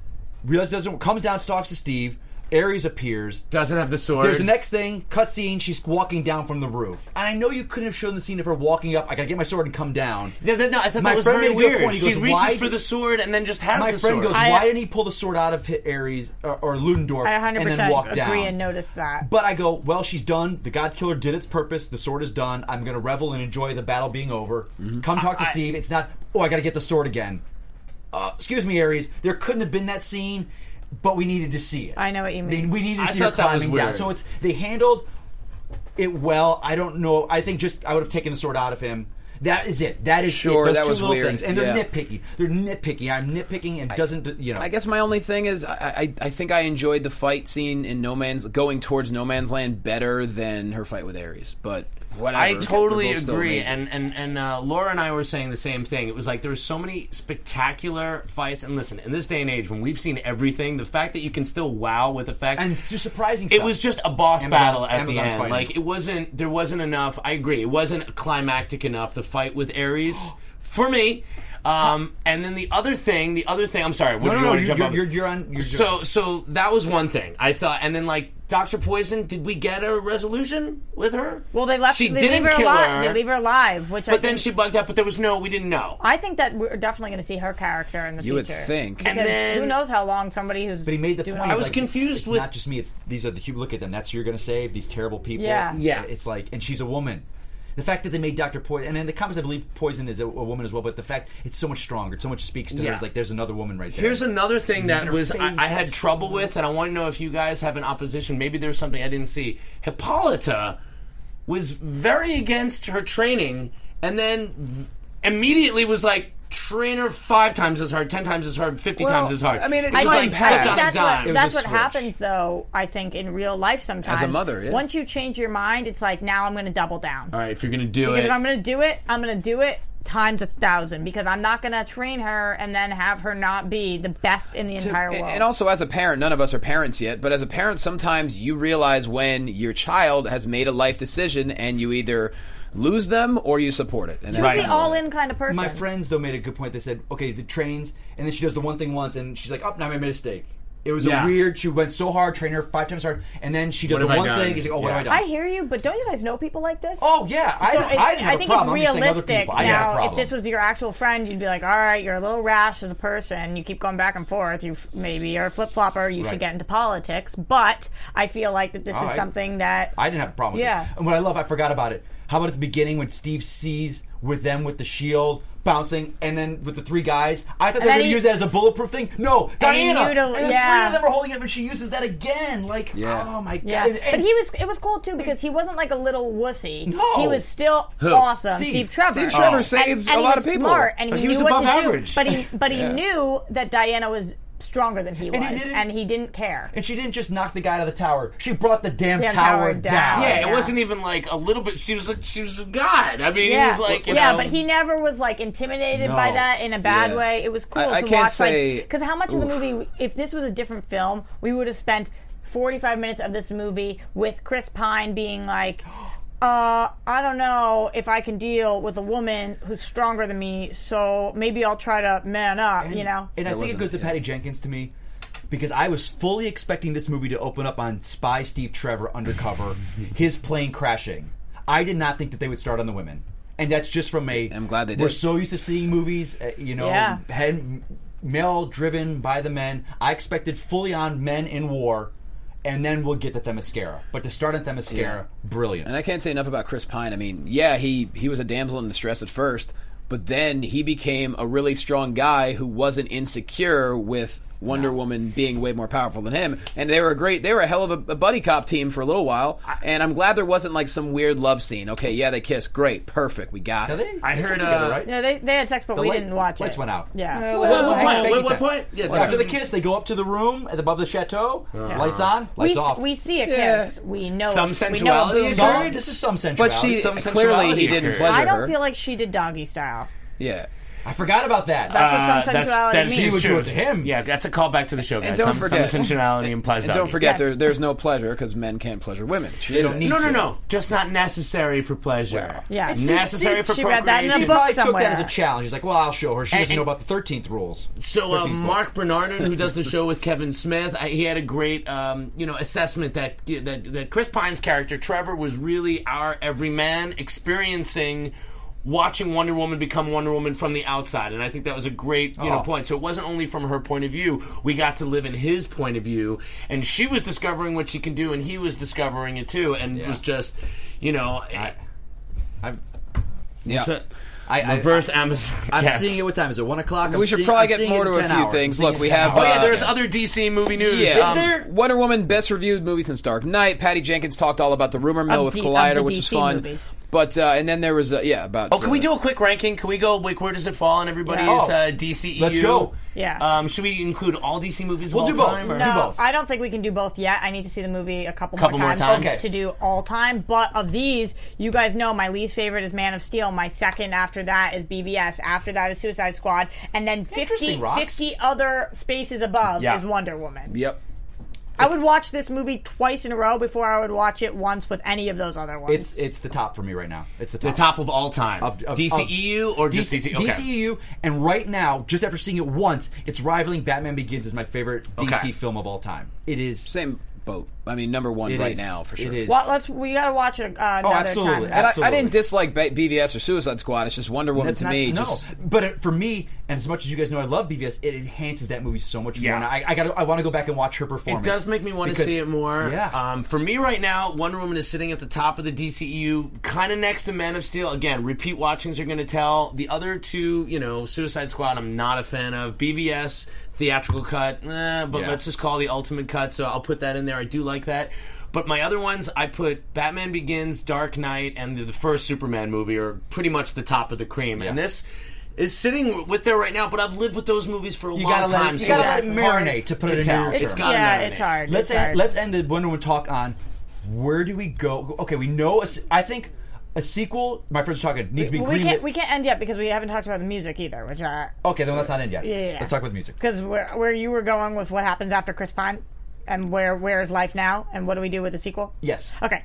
Speaker 3: Realizes doesn't comes down, stalks to Steve. Ares appears.
Speaker 6: Doesn't have the sword.
Speaker 3: There's the next thing, cutscene. She's walking down from the roof, and I know you couldn't have shown the scene of her walking up. I gotta get my sword and come down.
Speaker 6: Yeah, that- no, I thought
Speaker 3: My
Speaker 6: that was
Speaker 3: friend
Speaker 6: very
Speaker 3: made a good
Speaker 6: weird.
Speaker 3: point. He
Speaker 6: she
Speaker 3: goes,
Speaker 6: reaches
Speaker 3: "Why
Speaker 6: for
Speaker 3: do-
Speaker 6: the sword and then just has
Speaker 3: My
Speaker 6: the
Speaker 3: friend
Speaker 6: sword.
Speaker 3: goes,
Speaker 4: I-
Speaker 3: "Why didn't he pull the sword out of hi- Ares or, or Ludendorff
Speaker 4: I
Speaker 3: and then
Speaker 4: 100%
Speaker 3: walk
Speaker 4: agree
Speaker 3: down?"
Speaker 4: and notice that.
Speaker 3: But I go, "Well, she's done. The God Killer did its purpose. The sword is done. I'm gonna revel and enjoy the battle being over.
Speaker 6: Mm-hmm.
Speaker 3: Come talk to Steve. It's not. Oh, I gotta get the sword again. Uh, excuse me, Ares. There couldn't have been that scene, but we needed to see it.
Speaker 4: I know what you
Speaker 3: They-
Speaker 4: mean.
Speaker 3: we needed
Speaker 6: I
Speaker 3: to see her
Speaker 6: thought that was
Speaker 3: climbing down.
Speaker 6: weird.
Speaker 3: So it's they handled it well. I don't know. I think just I would have taken the sword out of him. That is it. That is it.
Speaker 2: Sure,
Speaker 3: Those
Speaker 2: that
Speaker 3: two
Speaker 2: was
Speaker 3: little
Speaker 2: weird.
Speaker 3: things, and they're
Speaker 2: Yeah.
Speaker 3: nitpicky. They're nitpicky. I'm nitpicking, and doesn't you know?
Speaker 2: I guess my only thing is I, I I think I enjoyed the fight scene in No Man's going towards No Man's Land better than her fight with Ares, but whatever.
Speaker 6: I totally
Speaker 2: They're both still
Speaker 6: agree,
Speaker 2: amazing.
Speaker 6: and and and uh, Laura and I were saying the same thing. It was like there were so many spectacular fights, and listen, in this day and age when we've seen everything, the fact that you can still wow with effects
Speaker 3: and just surprising.
Speaker 6: It
Speaker 3: stuff.
Speaker 6: was just a boss
Speaker 3: Amazon-
Speaker 6: battle at the
Speaker 3: Amazon's
Speaker 6: end.
Speaker 3: fighting.
Speaker 6: Like it wasn't there wasn't enough. I agree. It wasn't climactic enough. The fight with Ares for me. Um, and then the other thing, the other thing. I'm sorry. what
Speaker 3: No,
Speaker 6: did
Speaker 3: no,
Speaker 6: you
Speaker 3: no,
Speaker 6: want to
Speaker 3: you-
Speaker 6: jump
Speaker 3: you're-
Speaker 6: up?
Speaker 3: you're- you're on- you're-
Speaker 6: so, so that was one thing I thought. And then like Doctor Poison, did we get a resolution with her?
Speaker 4: well, they left.
Speaker 6: She
Speaker 4: they
Speaker 6: didn't
Speaker 4: leave her
Speaker 6: kill
Speaker 4: alive.
Speaker 6: her.
Speaker 4: They leave her alive, which I
Speaker 6: But then
Speaker 4: think-
Speaker 6: she bugged out. But there was no. We didn't know.
Speaker 4: I think that we're definitely going to see her character in the
Speaker 2: You would
Speaker 4: future.
Speaker 2: think.
Speaker 4: Because
Speaker 6: And then-
Speaker 4: who knows how long somebody who's.
Speaker 3: But he made the point.
Speaker 6: I
Speaker 3: it's
Speaker 6: was
Speaker 3: like, it's-
Speaker 6: confused
Speaker 3: it's
Speaker 6: with-
Speaker 3: not just me. It's these are the people. Look at them. That's who you're going to save. These terrible people.
Speaker 4: Yeah.
Speaker 6: Yeah.
Speaker 3: It's like, and she's a woman. The fact that they made Doctor Poison, and in the comics, I believe Poison is a, a woman as well. But the fact it's so much stronger. It so much speaks to her.
Speaker 6: Yeah.
Speaker 3: It's like there's another woman right there.
Speaker 6: Here's another thing that
Speaker 3: her
Speaker 6: was I,
Speaker 3: face
Speaker 6: I had
Speaker 3: is-
Speaker 6: trouble with, and I want to know if you guys have an opposition. Maybe there's something I didn't see. Hippolyta was very against her training, and then v- immediately was like, train her five times as hard, ten times as hard, fifty
Speaker 2: Well,
Speaker 6: times as hard.
Speaker 2: I mean, it's
Speaker 6: It was
Speaker 2: like
Speaker 6: like
Speaker 2: Pat.
Speaker 6: flipped on a
Speaker 4: that's
Speaker 6: dime.
Speaker 4: what, that's what happens, though. I think in real life sometimes.
Speaker 2: mother, yeah.
Speaker 4: Once you change your mind, it's like now I'm going to double down.
Speaker 6: All right, if you're gonna do
Speaker 4: Because
Speaker 6: it,
Speaker 4: if I'm going to do it, I'm going to do it times a thousand because I'm not going to train her and then have her not be the best in the entire
Speaker 2: And-
Speaker 4: world.
Speaker 2: And also, as a parent, none of us are parents yet, but as a parent, sometimes you realize when your child has made a life decision and you either lose them or you support it. And
Speaker 4: she was the all-in kind of person.
Speaker 3: My friends though made a good point. They said, okay, the trains, and then she does the one thing once, and she's like, oh, now I made a mistake. It was
Speaker 6: Yeah.
Speaker 3: a weird. She went so hard, trained her five times hard, and then she does
Speaker 6: What
Speaker 3: the
Speaker 6: have I
Speaker 3: one
Speaker 6: done?
Speaker 3: thing. She's like, oh, what
Speaker 6: Yeah.
Speaker 3: have I done?
Speaker 4: I hear you, but don't you guys know people like this?
Speaker 3: oh yeah, I,
Speaker 4: So
Speaker 3: I,
Speaker 4: it's-
Speaker 3: didn't have a
Speaker 4: think
Speaker 3: problem. I'm
Speaker 4: it's
Speaker 3: just saying other
Speaker 4: realistic
Speaker 3: people. I didn't have a
Speaker 4: now. If
Speaker 3: problem.
Speaker 4: this was your actual friend, you'd be like, "All right, you're a little rash as a person. You keep going back and forth. You f- maybe you're a flip flopper. You should
Speaker 3: Right.
Speaker 4: get into politics." But I feel like that this
Speaker 3: Oh,
Speaker 4: is
Speaker 3: I-
Speaker 4: something that
Speaker 3: I didn't have a problem with
Speaker 4: Yeah.
Speaker 3: it. And what I love, I forgot about it. How about at the beginning when Steve sees with them with the shield bouncing and then with the three guys? I thought they
Speaker 4: And
Speaker 3: were
Speaker 4: then
Speaker 3: going to
Speaker 4: he-
Speaker 3: use that as a bulletproof thing. No,
Speaker 4: he
Speaker 3: Diana!
Speaker 4: knew to-
Speaker 3: and the three
Speaker 4: yeah.
Speaker 3: of them are holding it, but she uses that again. Like,
Speaker 2: Yeah.
Speaker 3: oh my
Speaker 4: Yeah,
Speaker 3: god. And- and-
Speaker 4: but he was. It was cool too because he wasn't like a little wussy.
Speaker 3: No.
Speaker 4: he was still awesome.
Speaker 3: Steve.
Speaker 4: Steve, Trevor.
Speaker 2: Steve Trevor
Speaker 4: And-
Speaker 2: saved
Speaker 4: and
Speaker 2: a
Speaker 4: he
Speaker 2: lot
Speaker 4: was
Speaker 2: of people.
Speaker 4: Smart, and he,
Speaker 6: He was
Speaker 4: knew what
Speaker 6: above
Speaker 4: to
Speaker 6: average.
Speaker 4: do. But he, but he
Speaker 2: Yeah.
Speaker 4: knew that Diana was stronger than he was,
Speaker 3: And
Speaker 4: and
Speaker 3: he
Speaker 4: he
Speaker 3: didn't-
Speaker 4: didn't, care.
Speaker 3: and she didn't just knock the guy out of the tower. She brought the damn,
Speaker 4: Damn
Speaker 3: tower,
Speaker 4: tower
Speaker 3: down.
Speaker 4: down.
Speaker 6: yeah, it
Speaker 4: Yeah.
Speaker 6: wasn't even like a little bit. She was like, she was a god. I mean,
Speaker 4: yeah,
Speaker 6: it was like, you
Speaker 4: yeah,
Speaker 6: know,
Speaker 4: but he never was like intimidated
Speaker 3: No.
Speaker 4: by that in a bad
Speaker 2: Yeah.
Speaker 4: way. It was cool
Speaker 2: I- I
Speaker 4: to
Speaker 2: can't
Speaker 4: watch,
Speaker 2: say-
Speaker 4: like, because how much of
Speaker 2: Oof.
Speaker 4: the movie? If this was a different film, we would have spent forty-five minutes of this movie with Chris Pine being like. Uh, I don't know if I can deal with a woman who's stronger than me, so maybe I'll try to man up, you know?
Speaker 3: And I think it goes to Patty Jenkins to me because I was fully expecting this movie to open up on spy Steve Trevor undercover, his plane crashing. I did not think that they would start on the women. And that's just from a.
Speaker 2: I'm glad they
Speaker 3: We're
Speaker 2: did.
Speaker 3: so used to seeing movies, uh, you know,
Speaker 4: Yeah.
Speaker 3: head, male driven by the men. I expected fully on men in war, and then we'll get to Themyscira. But to start on Themyscira, brilliant.
Speaker 2: And I can't say enough about Chris Pine. I mean, yeah, he he was a damsel in distress at first, but then he became a really strong guy who wasn't insecure with Wonder Woman being way more powerful than him. And they were a great. They were a hell of a, a buddy cop team for a little while. And I'm glad there wasn't like some weird love scene. Okay, yeah, they kiss. Great, perfect. We got
Speaker 3: Now,
Speaker 2: it.
Speaker 3: they,
Speaker 6: I
Speaker 3: they
Speaker 6: heard,
Speaker 3: slept together,
Speaker 6: uh,
Speaker 3: right?
Speaker 4: No, they, they had sex, but
Speaker 3: The
Speaker 4: we
Speaker 3: light-
Speaker 4: didn't watch
Speaker 3: lights
Speaker 4: it.
Speaker 3: went out.
Speaker 4: Yeah.
Speaker 3: Uh,
Speaker 6: Well,
Speaker 3: hang on,
Speaker 6: what-
Speaker 3: thank you,
Speaker 6: what
Speaker 3: Ted.
Speaker 6: point? Yeah,
Speaker 3: After the
Speaker 6: that's-
Speaker 3: kiss, they go up to the room at- above the chateau. Lights on,
Speaker 4: we,
Speaker 3: lights
Speaker 4: s-
Speaker 3: off.
Speaker 4: we see a
Speaker 2: Yeah.
Speaker 4: kiss. We know
Speaker 6: Some
Speaker 4: it. We know a
Speaker 6: sensuality
Speaker 4: boob.
Speaker 6: is
Speaker 3: Some, this is some
Speaker 2: But
Speaker 3: sensuality.
Speaker 2: she
Speaker 6: Some
Speaker 2: clearly
Speaker 6: sensuality
Speaker 2: he didn't
Speaker 6: occurred.
Speaker 2: pleasure
Speaker 4: I don't
Speaker 2: her.
Speaker 4: feel like she did doggy style.
Speaker 2: yeah.
Speaker 3: I forgot about that.
Speaker 4: That's
Speaker 6: Uh,
Speaker 4: what some
Speaker 6: that's-
Speaker 4: sensuality
Speaker 6: that is
Speaker 4: means.
Speaker 3: would do
Speaker 6: true.
Speaker 3: it to him.
Speaker 6: Yeah, that's a callback to the show, guys.
Speaker 2: don't
Speaker 6: some, some
Speaker 2: forget-
Speaker 6: sensuality implies
Speaker 2: And don't
Speaker 6: doggy.
Speaker 2: forget,
Speaker 4: Yes.
Speaker 2: there, there's no pleasure because men can't pleasure women. She
Speaker 3: they
Speaker 2: did
Speaker 3: don't
Speaker 2: it.
Speaker 3: need
Speaker 6: No, no,
Speaker 3: to.
Speaker 6: no. Just not necessary for pleasure.
Speaker 2: Wow.
Speaker 4: Yeah. It's-
Speaker 6: Necessary
Speaker 4: she-
Speaker 6: for
Speaker 4: she read that in
Speaker 6: procreation.
Speaker 4: a
Speaker 3: He
Speaker 4: book
Speaker 3: probably took
Speaker 4: somewhere.
Speaker 3: that as a challenge. He's like, well, I'll show her. She doesn't
Speaker 6: And-
Speaker 3: know about the thirteenth rules.
Speaker 6: So uh,
Speaker 3: 13th rule.
Speaker 6: Mark Bernardin, who does the show with Kevin Smith, I, he had a great, um, you know, assessment that, that that Chris Pine's character Trevor was really our everyman experiencing. Watching Wonder Woman become Wonder Woman from the outside, and I think that was a great you know
Speaker 3: Oh.
Speaker 6: point. So it wasn't only from her point of view; we got to live in his point of view, and she was discovering what she can do, and he was discovering it too, and
Speaker 3: Yeah.
Speaker 6: was just, you know,
Speaker 3: I've,
Speaker 2: Yeah.
Speaker 3: I, I,
Speaker 6: reverse Amazon.
Speaker 3: I'm
Speaker 6: yes.
Speaker 3: seeing it. What time is it? One o'clock. I'm
Speaker 2: We should
Speaker 3: seeing-
Speaker 2: probably
Speaker 3: I'm
Speaker 2: get
Speaker 3: seeing
Speaker 2: more
Speaker 3: it in
Speaker 2: to a
Speaker 3: 10
Speaker 2: few
Speaker 3: hours.
Speaker 2: things.
Speaker 3: I'm seeing
Speaker 2: Look,
Speaker 3: it
Speaker 2: we
Speaker 3: in 10
Speaker 2: have,
Speaker 3: hours.
Speaker 6: Oh yeah,
Speaker 2: Uh,
Speaker 6: there's other DC movie news.
Speaker 2: Yeah,
Speaker 6: Um,
Speaker 2: Wonder Woman best reviewed movies in Stark Night. Patty Jenkins talked all about the rumor mill
Speaker 4: Of
Speaker 2: with
Speaker 4: D- of
Speaker 2: Collider,
Speaker 4: the
Speaker 2: which is
Speaker 4: DC
Speaker 2: fun.
Speaker 4: movies.
Speaker 2: But uh, and then there was uh, yeah about.
Speaker 6: Oh, can we
Speaker 2: uh,
Speaker 6: do a quick ranking? Can we go like where does it fall in everybody's
Speaker 3: Yeah. Oh.
Speaker 6: uh, DCEU?
Speaker 3: Let's
Speaker 2: E
Speaker 3: go.
Speaker 4: Yeah.
Speaker 6: Um, should we include all DC movies?
Speaker 3: We'll
Speaker 6: of
Speaker 3: do
Speaker 6: all
Speaker 3: both.
Speaker 6: Time,
Speaker 3: No.
Speaker 6: or-
Speaker 3: Do
Speaker 4: No,
Speaker 3: both.
Speaker 4: I don't think we can do both yet. I need to see the movie a couple,
Speaker 6: Couple more
Speaker 4: more times
Speaker 6: times.
Speaker 4: to do all time. But of these, you guys know my least favorite is Man of Steel. My second after that is BVS. After that is Suicide Squad. And then 50,
Speaker 3: Interesting, Rox.
Speaker 4: 50 other spaces above
Speaker 6: Yeah.
Speaker 4: is Wonder Woman.
Speaker 2: Yep.
Speaker 4: I would watch this movie twice in a row before I would watch it once with any of those other ones.
Speaker 3: It's it's the top for me right now. It's the
Speaker 6: The
Speaker 3: top.
Speaker 6: top of all time.
Speaker 3: Of- of-
Speaker 2: E
Speaker 3: E
Speaker 6: DCEU E or just
Speaker 3: DC,
Speaker 6: DC? Okay.
Speaker 3: DCEU, and right now, just after seeing it once, it's rivaling Batman Begins as my favorite DC
Speaker 6: Okay.
Speaker 3: film of all time. It is
Speaker 2: Same boat. I mean, number one
Speaker 3: it
Speaker 2: right
Speaker 3: is-
Speaker 2: now for sure.
Speaker 3: It is.
Speaker 4: well, let's we gotta watch it uh, another
Speaker 3: absolutely.
Speaker 4: time.
Speaker 2: And I, I
Speaker 3: Absolutely.
Speaker 2: didn't dislike ba- BVS or Suicide Squad. It's just Wonder Woman
Speaker 3: That's
Speaker 2: to
Speaker 3: not-
Speaker 2: me.
Speaker 3: no.
Speaker 2: Just
Speaker 3: but it, for me, and as much as you guys know, I love BVS. It enhances that movie so much
Speaker 6: Yeah.
Speaker 3: more. And I, I got. I want to go back and watch her
Speaker 6: It
Speaker 3: performance.
Speaker 6: does make me want to
Speaker 3: Because-
Speaker 6: see it more.
Speaker 3: Yeah.
Speaker 6: Um, for me right now, Wonder Woman is sitting at the top of the DCEU, kind of next to Man of Steel. Again, repeat watchings are going to tell. The other two, you know, Suicide Squad, I'm not a fan of. BVS, theatrical cut, eh, but
Speaker 3: Yeah.
Speaker 6: let's just call the ultimate cut, so I'll put that in there. I do like that. But my other ones, I put Batman Begins, Dark Knight, and the, the first Superman movie are pretty much the top of the cream. And this is sitting with there right now, but I've lived with those movies for a
Speaker 3: You
Speaker 6: long
Speaker 3: gotta let
Speaker 6: time.
Speaker 3: it, you
Speaker 6: so
Speaker 3: gotta
Speaker 6: it's
Speaker 3: let it
Speaker 6: hard
Speaker 3: marinate to put
Speaker 6: to
Speaker 3: it in
Speaker 6: tell.
Speaker 3: your.
Speaker 6: It's
Speaker 3: terms.
Speaker 6: gotta
Speaker 4: yeah,
Speaker 6: marinate.
Speaker 4: it's hard.
Speaker 3: Let's
Speaker 4: it's
Speaker 3: end,
Speaker 4: hard.
Speaker 3: let's end the Wonder Woman talk on where do we go? Okay, we know. A, se- I think a sequel. My friends talking needs to be.
Speaker 4: Well, we
Speaker 3: greenlit.
Speaker 4: can't we can't end yet because we haven't talked about the music either, which uh, I
Speaker 3: Okay, then let's not end yet.
Speaker 4: Yeah, yeah, yeah.
Speaker 3: Let's talk about the music.
Speaker 4: because where where you were going with what happens after Chris Pine and where where is life now and what do we do with the sequel?
Speaker 3: Yes.
Speaker 4: Okay.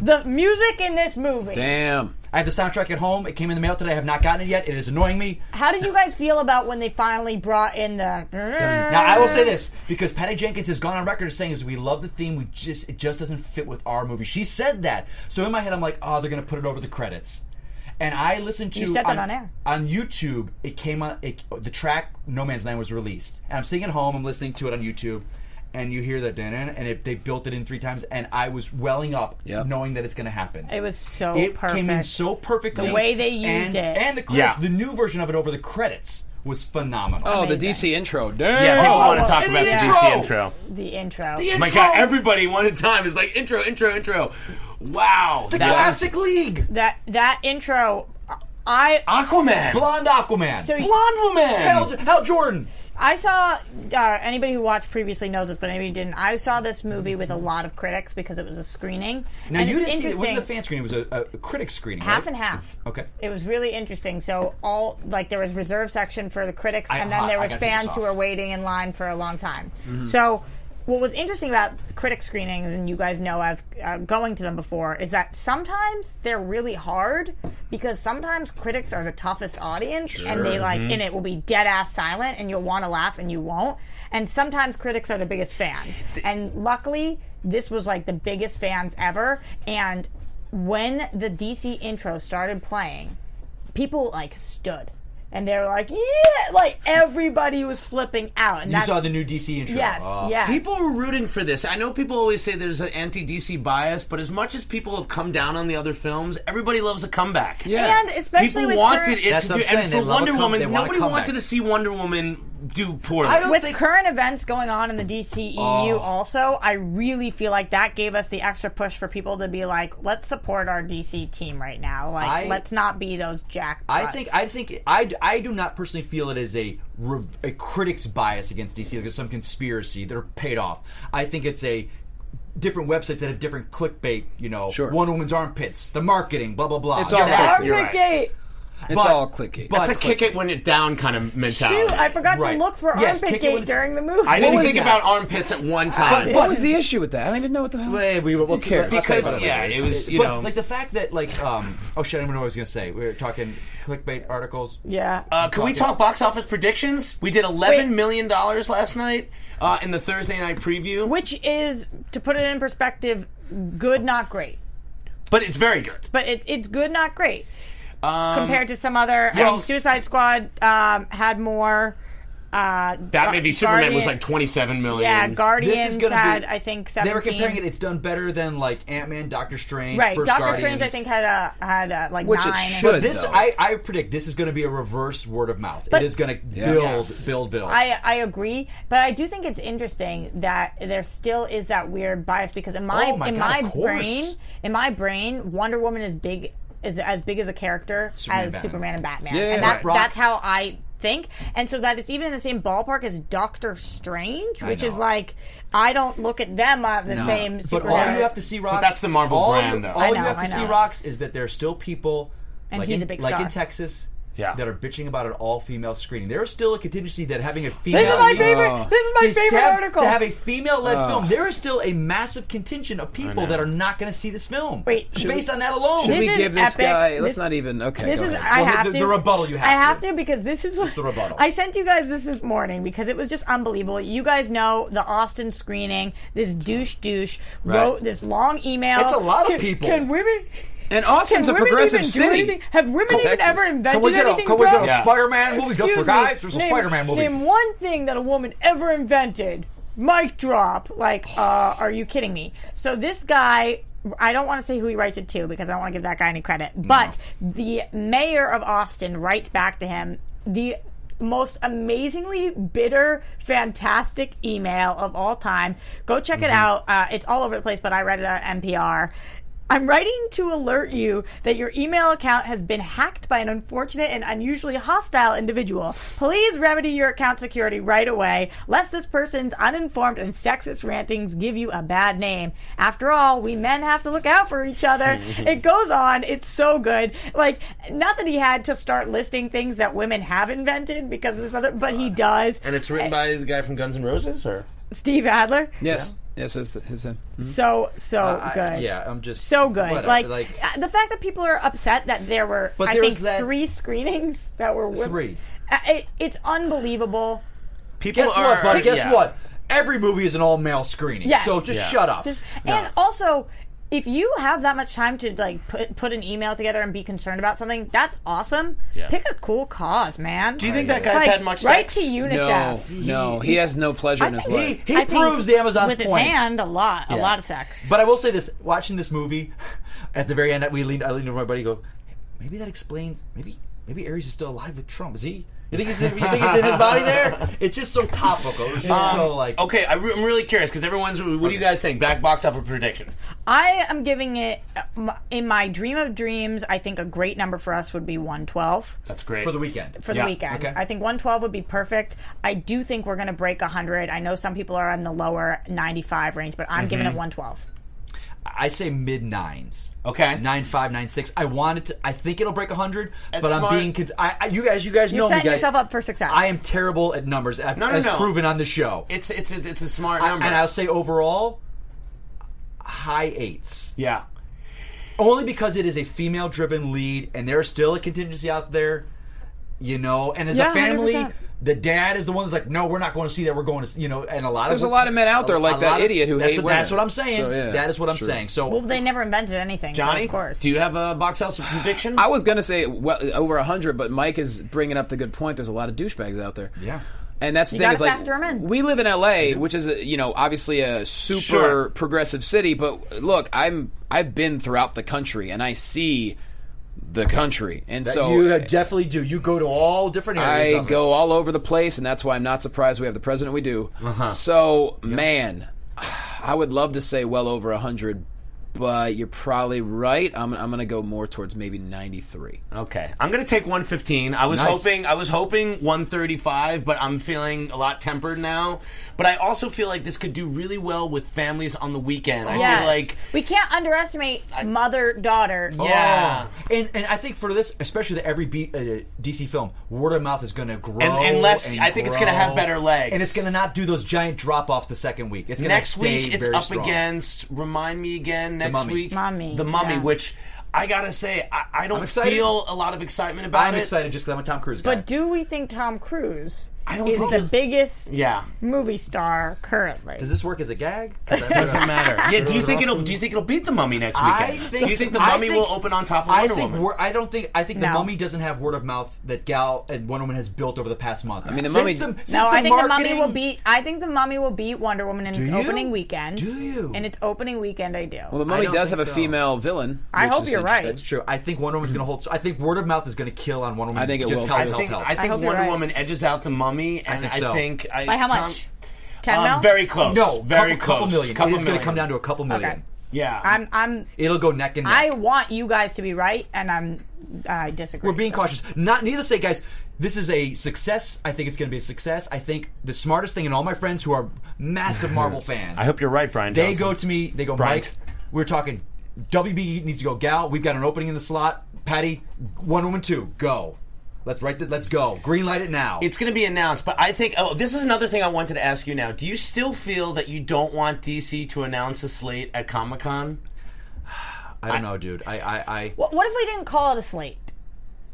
Speaker 4: The music in this movie.
Speaker 2: Damn.
Speaker 3: I have the soundtrack at home. It came in the mail today. I have not gotten it yet. It is annoying me.
Speaker 4: How did you guys feel about when they finally brought in the
Speaker 3: Now I will say this because Patty Jenkins has gone on record as saying is we love the theme, we just it just doesn't fit with our movie. She said that. So in my head I'm like, oh, they're gonna put it over the credits. And I listened to
Speaker 4: You said that on air.
Speaker 3: on YouTube. It came on it, the track No Man's Land was released, and I'm sitting at home. I'm listening to it on YouTube, and you hear that and it, they built it in three times, and I was welling up,
Speaker 2: Yep.
Speaker 3: knowing that it's going to happen.
Speaker 4: It was so
Speaker 3: it
Speaker 4: perfect.
Speaker 3: came in so perfectly.
Speaker 4: The way they used
Speaker 3: and,
Speaker 4: it.
Speaker 3: and the credits,
Speaker 6: Yeah.
Speaker 3: the new version of it over the credits was phenomenal.
Speaker 2: Oh, the
Speaker 4: Amazing.
Speaker 2: DC intro. Damn.
Speaker 6: Yeah, people
Speaker 3: Oh,
Speaker 6: want to talk
Speaker 3: and
Speaker 6: about
Speaker 3: the
Speaker 6: the
Speaker 3: intro.
Speaker 6: DC intro.
Speaker 4: the intro.
Speaker 6: My God, everybody one at a time is like intro, intro, intro. Wow,
Speaker 3: the
Speaker 6: that was-
Speaker 3: classic league.
Speaker 4: that that intro I
Speaker 6: Aquaman,
Speaker 3: Blonde Aquaman.
Speaker 4: So-
Speaker 6: Blonde Woman.
Speaker 3: Hal, Hal Jordan.
Speaker 4: I saw uh, anybody who watched previously knows this, but anybody who didn't. I saw this movie with a lot of critics because it was a screening.
Speaker 3: Now
Speaker 4: and
Speaker 3: you
Speaker 4: it's
Speaker 3: didn't see it. It wasn't a
Speaker 4: interesting.
Speaker 3: fan screening. It was a, a critic screening.
Speaker 4: half
Speaker 3: right?
Speaker 4: and half.
Speaker 3: Okay.
Speaker 4: It was really interesting. So all like there was reserve section for the critics,
Speaker 3: I-
Speaker 4: and then
Speaker 3: I-
Speaker 4: there
Speaker 3: I
Speaker 4: was
Speaker 3: gotta take
Speaker 4: fans
Speaker 3: this
Speaker 4: who
Speaker 3: off. Mm-hmm.
Speaker 4: were waiting in line for a long time. So what was interesting about critic screenings, and you guys know as uh, going to them before, is that sometimes they're really hard because sometimes critics are the toughest audience, and they like,
Speaker 3: Mm-hmm.
Speaker 4: and it will be dead ass silent, and you'll want to laugh and you won't. And sometimes critics are the biggest fan, and luckily. This was like the biggest fans ever, and when the DC intro started playing, people like stood and they were like, "Yeah!" Like everybody was flipping out. And
Speaker 3: You
Speaker 4: that's,
Speaker 3: saw the new DC intro.
Speaker 4: yes,
Speaker 3: Oh.
Speaker 4: yes.
Speaker 6: People were rooting for this. I know people always say there's an anti DC bias, but as much as people have come down on the other films, everybody loves a comeback.
Speaker 4: and especially
Speaker 6: People
Speaker 4: with
Speaker 6: wanted
Speaker 4: current,
Speaker 6: it
Speaker 3: That's
Speaker 6: to
Speaker 3: what
Speaker 6: do,
Speaker 3: I'm saying.
Speaker 6: and
Speaker 3: They
Speaker 6: for
Speaker 3: love a
Speaker 6: Wonder
Speaker 3: come- they
Speaker 6: Woman,
Speaker 3: want a
Speaker 6: nobody
Speaker 3: comeback.
Speaker 6: wanted to see Wonder Woman do poorly.
Speaker 3: I don't
Speaker 4: with
Speaker 3: think Oh.
Speaker 4: current events going on in the DCEU also, I really feel like that gave us the extra push for people to be like, let's support our DC team right now. Like,
Speaker 3: I-
Speaker 4: let's not be those jack.
Speaker 3: I think I think I, I do not personally feel it is a rev- a critic's bias against DC. Like there's some conspiracy that are paid off. I think it's a different websites that have different clickbait. You know,
Speaker 2: Sure.
Speaker 3: one woman's armpits, the marketing, blah blah blah.
Speaker 2: It's all
Speaker 3: That-
Speaker 2: clickbait.
Speaker 6: You're right.
Speaker 4: Armpit
Speaker 2: It's
Speaker 3: But-
Speaker 2: all clicky.
Speaker 3: but-
Speaker 6: That's a kick it when it down kind of mentality.
Speaker 4: Shoot, I forgot
Speaker 3: Right.
Speaker 4: to look for
Speaker 3: Yes,
Speaker 4: armpit
Speaker 3: kick it when
Speaker 4: gate
Speaker 3: it's-
Speaker 4: during the movie.
Speaker 6: I didn't
Speaker 3: was
Speaker 6: think
Speaker 3: that?
Speaker 6: about armpits at one time.
Speaker 2: what was the issue with that? I don't even know what the hell.
Speaker 3: Hey, we will
Speaker 2: Who cares?
Speaker 6: Because, yeah, it was, you
Speaker 3: but,
Speaker 6: know-
Speaker 3: like the fact that like um oh shit I don't know what I was gonna say. We were talking clickbait articles.
Speaker 4: yeah.
Speaker 6: Uh, can we talk box office predictions? We did eleven million dollars last night uh, in the Thursday night preview,
Speaker 4: Which is, to put it in perspective, good, not great.
Speaker 6: but it's very good.
Speaker 4: but it's it's good, not great
Speaker 6: Um,
Speaker 4: compared to some other. I
Speaker 6: well-
Speaker 4: mean, Suicide Squad um, had more. Uh,
Speaker 6: Batman v Superman was
Speaker 4: Guardian-
Speaker 6: like twenty-seven million.
Speaker 4: Yeah,
Speaker 3: This
Speaker 4: Guardians
Speaker 3: is gonna be-
Speaker 4: had I think
Speaker 3: They
Speaker 4: seventeen.
Speaker 3: were comparing it. It's done better than like Ant Man, Doctor Strange,
Speaker 4: right,
Speaker 3: First
Speaker 4: Doctor
Speaker 3: Guardians.
Speaker 4: Strange I think had a had a, like
Speaker 2: Which it
Speaker 4: nine. and-
Speaker 2: should.
Speaker 3: But this,
Speaker 2: though.
Speaker 3: I, I predict this is going to be a reverse word of mouth.
Speaker 4: But-
Speaker 3: it is going to
Speaker 2: Yeah.
Speaker 3: build,
Speaker 2: Yes.
Speaker 3: build, build.
Speaker 4: I, I agree, but I do think it's interesting that there still is that weird bias because in my,
Speaker 3: Oh my
Speaker 4: in
Speaker 3: God,
Speaker 4: my
Speaker 3: of course.
Speaker 4: brain in my brain Wonder Woman is big is as big as a character
Speaker 3: Superman
Speaker 4: as
Speaker 3: and Batman.
Speaker 4: Superman and Batman,
Speaker 2: Yeah,
Speaker 4: and
Speaker 2: yeah,
Speaker 4: that,
Speaker 2: right.
Speaker 4: that's how I think, and so that it's even in the same ballpark as Doctor Strange, which is
Speaker 3: know.
Speaker 4: like I don't look at them on the same.
Speaker 3: but
Speaker 4: superhero.
Speaker 3: all you have to see, Rocks.
Speaker 6: that's the Marvel
Speaker 3: all you-
Speaker 6: brand, though.
Speaker 3: All
Speaker 6: I
Speaker 3: you
Speaker 4: know,
Speaker 3: have to
Speaker 4: I
Speaker 3: see,
Speaker 4: know.
Speaker 3: Rocks, is that there are still people like,
Speaker 4: he's
Speaker 3: in,
Speaker 4: a big
Speaker 3: like in
Speaker 4: star.
Speaker 3: Texas
Speaker 6: Yeah.
Speaker 3: that are bitching about an all female screening. There is still a contingency that having a female.
Speaker 4: This is my
Speaker 3: lead-
Speaker 4: favorite. this is my
Speaker 3: to
Speaker 4: favorite
Speaker 3: have,
Speaker 4: article.
Speaker 3: To have a female led film, there is still a massive contingent of people that are not going to see this film.
Speaker 4: Wait, should
Speaker 3: based
Speaker 4: we-
Speaker 3: on that alone.
Speaker 2: Should
Speaker 4: This
Speaker 2: we
Speaker 4: is
Speaker 2: give this
Speaker 4: epic.
Speaker 2: guy? Let's
Speaker 4: This-
Speaker 2: not even. Okay.
Speaker 4: This
Speaker 2: go
Speaker 4: is
Speaker 2: ahead.
Speaker 4: I
Speaker 3: Well, the-
Speaker 4: have
Speaker 3: the-
Speaker 4: to
Speaker 3: the rebuttal you have
Speaker 4: I have
Speaker 3: to.
Speaker 4: to. because this is what
Speaker 3: the rebuttal.
Speaker 4: I sent you guys this this morning because it was just unbelievable. You guys know the Austin screening. This douche douche wrote this long email.
Speaker 3: It's a lot of
Speaker 4: Can-
Speaker 3: people.
Speaker 4: Can women?
Speaker 2: And Austin's a
Speaker 4: can women
Speaker 2: progressive
Speaker 4: even do
Speaker 2: city.
Speaker 4: anything? Have women even
Speaker 2: Texas.
Speaker 4: ever invented
Speaker 3: Can we get a,
Speaker 4: anything?
Speaker 3: can we
Speaker 4: bro?
Speaker 3: get a
Speaker 6: Yeah.
Speaker 3: Spider Man movie just for
Speaker 4: Excuse me.
Speaker 3: guys? There's a
Speaker 4: Name-
Speaker 3: Spider Man movie.
Speaker 4: Name one thing that a woman ever invented. Mic drop. Like, uh, are you kidding me? So this guy. I don't want to say who he writes it to because I don't want to give that guy any credit. But the mayor of Austin writes back to him the most amazingly bitter, fantastic
Speaker 3: Mm-hmm.
Speaker 4: email of all time. Go check it out. Uh, it's all over the place, but I read it on NPR I'm writing to alert you that your email account has been hacked by an unfortunate and unusually hostile individual. Please remedy your account security right away, lest this person's uninformed and sexist rantings give you a bad name. After all, we men have to look out for each other. it goes on. It's so good. Like, not that he had to start listing things that women have invented because of this other, but he does.
Speaker 6: And it's written by the guy from Guns N' Roses, or
Speaker 4: Steve Adler.
Speaker 2: Yes. Yes, it's his name.
Speaker 4: So, so good.
Speaker 3: Uh, yeah, I'm just
Speaker 4: so good.
Speaker 3: whatever,
Speaker 4: like, uh, the fact that people are upset that there were,
Speaker 3: But
Speaker 4: I
Speaker 3: there
Speaker 4: think,
Speaker 3: was that-
Speaker 4: three screenings that were wi-
Speaker 3: Three.
Speaker 4: Uh, it, it's unbelievable.
Speaker 6: people
Speaker 3: guess what, buddy? Guess what? Every movie is an all male screening.
Speaker 4: uh, Yes.
Speaker 3: So just
Speaker 4: Yeah.
Speaker 3: shut up.
Speaker 4: Just and also. If you have that much time to like put put an email together and be concerned about something, that's awesome.
Speaker 6: Yeah.
Speaker 4: Pick a cool cause, man. Do
Speaker 6: you think that guy's had much
Speaker 4: Right
Speaker 6: sex?
Speaker 4: to
Speaker 2: No,
Speaker 4: UNICEF.
Speaker 2: no, he has no pleasure in his
Speaker 4: think-
Speaker 2: life.
Speaker 3: he he
Speaker 4: I think
Speaker 3: proves the Amazon's
Speaker 4: with his
Speaker 3: point.
Speaker 4: hand a lot, a lot of sex.
Speaker 3: But I will say this: watching this movie, at the very end, we leaned. I leaned over my buddy. and Go, maybe that explains. Maybe maybe Aries is still alive with Trump. Is he? You think he's in, you think he's in his body there? It's just so topical. It's just so like
Speaker 6: Um, Okay, I re- I'm really curious because everyone's. What do you guys think? Back box office prediction.
Speaker 4: I am giving it uh, m- in my dream of dreams. I think a great number for us would be one twelve.
Speaker 6: That's great
Speaker 3: for the weekend.
Speaker 4: for
Speaker 6: Yeah,
Speaker 4: the weekend.
Speaker 3: okay.
Speaker 4: I think 112 would be perfect. I do think we're going to break 100. I know some people are on the lower 95 range, but I'm
Speaker 6: Mm-hmm.
Speaker 4: giving it 112.
Speaker 3: I say mid nines.
Speaker 6: Okay.
Speaker 3: nine five, nine six. I wanted to. I think it'll break hundred, but
Speaker 6: smart.
Speaker 3: I'm being. Con- I, I, you guys, you guys
Speaker 4: You're
Speaker 3: know me,
Speaker 4: setting
Speaker 3: guys.
Speaker 4: yourself up for success.
Speaker 3: I am terrible at numbers, as,
Speaker 6: No, no,
Speaker 3: as
Speaker 6: no.
Speaker 3: proven on the show.
Speaker 6: It's it's a, it's a smart
Speaker 3: I-
Speaker 6: number.
Speaker 3: and I'll say overall, high eights.
Speaker 6: yeah.
Speaker 3: Only because it is a female driven lead and there's still a contingency out there, you know, and as
Speaker 4: Yeah,
Speaker 3: a family,
Speaker 4: 100%.
Speaker 3: the dad is the one that's like, no, we're not going to see that. We're going to, see-" you know, and a lot
Speaker 2: There's
Speaker 3: of
Speaker 2: a lot of men out there like
Speaker 3: a
Speaker 2: that
Speaker 3: lot of-
Speaker 2: idiot who
Speaker 3: that's
Speaker 2: hate
Speaker 3: what,
Speaker 2: women.
Speaker 3: That's what I'm saying.
Speaker 2: So, yeah,
Speaker 3: that is what I'm
Speaker 2: sure.
Speaker 3: saying. So
Speaker 4: well, they never invented anything. so
Speaker 6: Johnny,
Speaker 4: of course.
Speaker 6: do you have a box office prediction?
Speaker 2: I was gonna say well, over hundred, but Mike is bringing up the good point. There's a lot of douchebags out there.
Speaker 3: Yeah.
Speaker 2: and that's the
Speaker 4: You
Speaker 2: thing
Speaker 4: gotta
Speaker 2: is like
Speaker 4: factor 'em in.
Speaker 2: we live in LA, which is a, you know obviously a super
Speaker 6: Sure.
Speaker 2: progressive city. But look, I'm I've been throughout the country and I see the country, and so uh,
Speaker 3: you definitely do. You go to all different areas.
Speaker 2: I
Speaker 3: of it.
Speaker 2: go all over the place, and that's why I'm not surprised we have the president we do.
Speaker 3: Uh-huh.
Speaker 2: So, man, I would love to say well over 100, but you're probably right. I'm, I'm going to go more towards maybe 93.
Speaker 6: Okay, I'm gonna take 115. I was
Speaker 3: Nice.
Speaker 6: hoping I was hoping 135, but I'm feeling a lot tempered now. But I also feel like this could do really well with families on the weekend. I
Speaker 4: Yes.
Speaker 6: feel like
Speaker 4: we can't underestimate mother daughter.
Speaker 6: yeah.
Speaker 3: Oh. and and I think for this, especially the every B, uh, DC film, word of mouth is going to grow.
Speaker 6: And- unless-
Speaker 3: and
Speaker 6: I think it's
Speaker 3: grow.
Speaker 6: gonna have better legs.
Speaker 3: and it's going to not do those giant drop offs the second week. It's gonna
Speaker 6: Next
Speaker 3: stay
Speaker 6: week it's
Speaker 3: very
Speaker 6: up
Speaker 3: strong.
Speaker 6: against. Remind me again next
Speaker 3: Mummy.
Speaker 6: week.
Speaker 4: Mummy,
Speaker 6: The mummy,
Speaker 4: yeah.
Speaker 6: which I gotta say, I, I
Speaker 3: I'm
Speaker 6: don't
Speaker 3: excited.
Speaker 6: feel a lot of excitement about
Speaker 3: I'm
Speaker 6: it.
Speaker 3: excited just because I'm a Tom Cruise guy.
Speaker 4: But do we think Tom Cruise
Speaker 6: I don't
Speaker 4: is
Speaker 6: think
Speaker 4: the
Speaker 6: it-
Speaker 4: biggest
Speaker 6: Yeah.
Speaker 4: movie star currently?
Speaker 3: does this work as a gag? 'Cause that's what I-
Speaker 6: Yeah. Do you think it'll? Do you think it'll beat the mummy next
Speaker 3: I
Speaker 6: weekend?
Speaker 3: think-
Speaker 6: do you think the
Speaker 3: I
Speaker 6: mummy
Speaker 3: think-
Speaker 6: will open on top of
Speaker 3: I
Speaker 6: Wonder
Speaker 3: think
Speaker 6: Woman?
Speaker 3: we're, I don't think I think the
Speaker 4: No.
Speaker 3: mummy doesn't have word of mouth that Gal and Wonder Woman has built over the past month. I
Speaker 2: mean, the Mummy-
Speaker 3: since the, since
Speaker 4: no,
Speaker 3: the
Speaker 4: I think the mummy
Speaker 3: marketing-
Speaker 4: will beat. I think the mummy will beat Wonder Woman in its
Speaker 3: you?
Speaker 4: opening weekend.
Speaker 3: Do you?
Speaker 4: In its opening weekend, I do.
Speaker 2: Well, the mummy
Speaker 3: don't
Speaker 2: does have
Speaker 3: think
Speaker 2: a
Speaker 3: so.
Speaker 2: female villain.
Speaker 4: I
Speaker 2: which
Speaker 4: hope
Speaker 2: is
Speaker 4: you're right.
Speaker 2: interesting.
Speaker 3: That's true. I think Wonder Woman's going to hold. I think word of mouth is going to kill on Wonder Woman.
Speaker 2: I think it
Speaker 3: just
Speaker 2: will,
Speaker 3: Help,
Speaker 2: too.
Speaker 6: I
Speaker 3: help,
Speaker 6: think
Speaker 3: help.
Speaker 6: I think
Speaker 4: hope you're
Speaker 6: Wonder
Speaker 4: right.
Speaker 6: Woman edges out the mummy, and I
Speaker 3: think
Speaker 6: think,
Speaker 3: so.
Speaker 6: I,
Speaker 4: By how
Speaker 6: Tom-
Speaker 4: much? Ten
Speaker 6: Um,
Speaker 4: mil.
Speaker 6: very close.
Speaker 3: No,
Speaker 6: very
Speaker 3: couple, couple
Speaker 6: close.
Speaker 3: million.
Speaker 6: Couple
Speaker 3: it's going to
Speaker 6: million.
Speaker 3: come down to a couple million.
Speaker 4: Okay.
Speaker 6: Yeah,
Speaker 4: I'm. I'm.
Speaker 3: It'll go neck and neck.
Speaker 4: I want you guys to be right, and I'm. I disagree.
Speaker 3: We're being cautious. Not needless to say, guys, this is a success. I think it's going to be a success. I think the smartest thing, and all my friends who are massive Marvel fans, I
Speaker 6: you're right, Brian.
Speaker 3: they go to me. They go,
Speaker 6: Bryant.
Speaker 3: Mike, we're talking. WB needs to go. Gal, we've got an opening in the slot. Patty, one woman, two, go. Let's write. The, let's go. Green light it now.
Speaker 6: It's going to be announced, but I think. Oh, this is another thing I wanted to ask you now. Do you still feel that you don't want DC to announce a slate at Comic Con?
Speaker 3: I don't know, dude. I I I,
Speaker 4: What, what if we didn't call it a slate?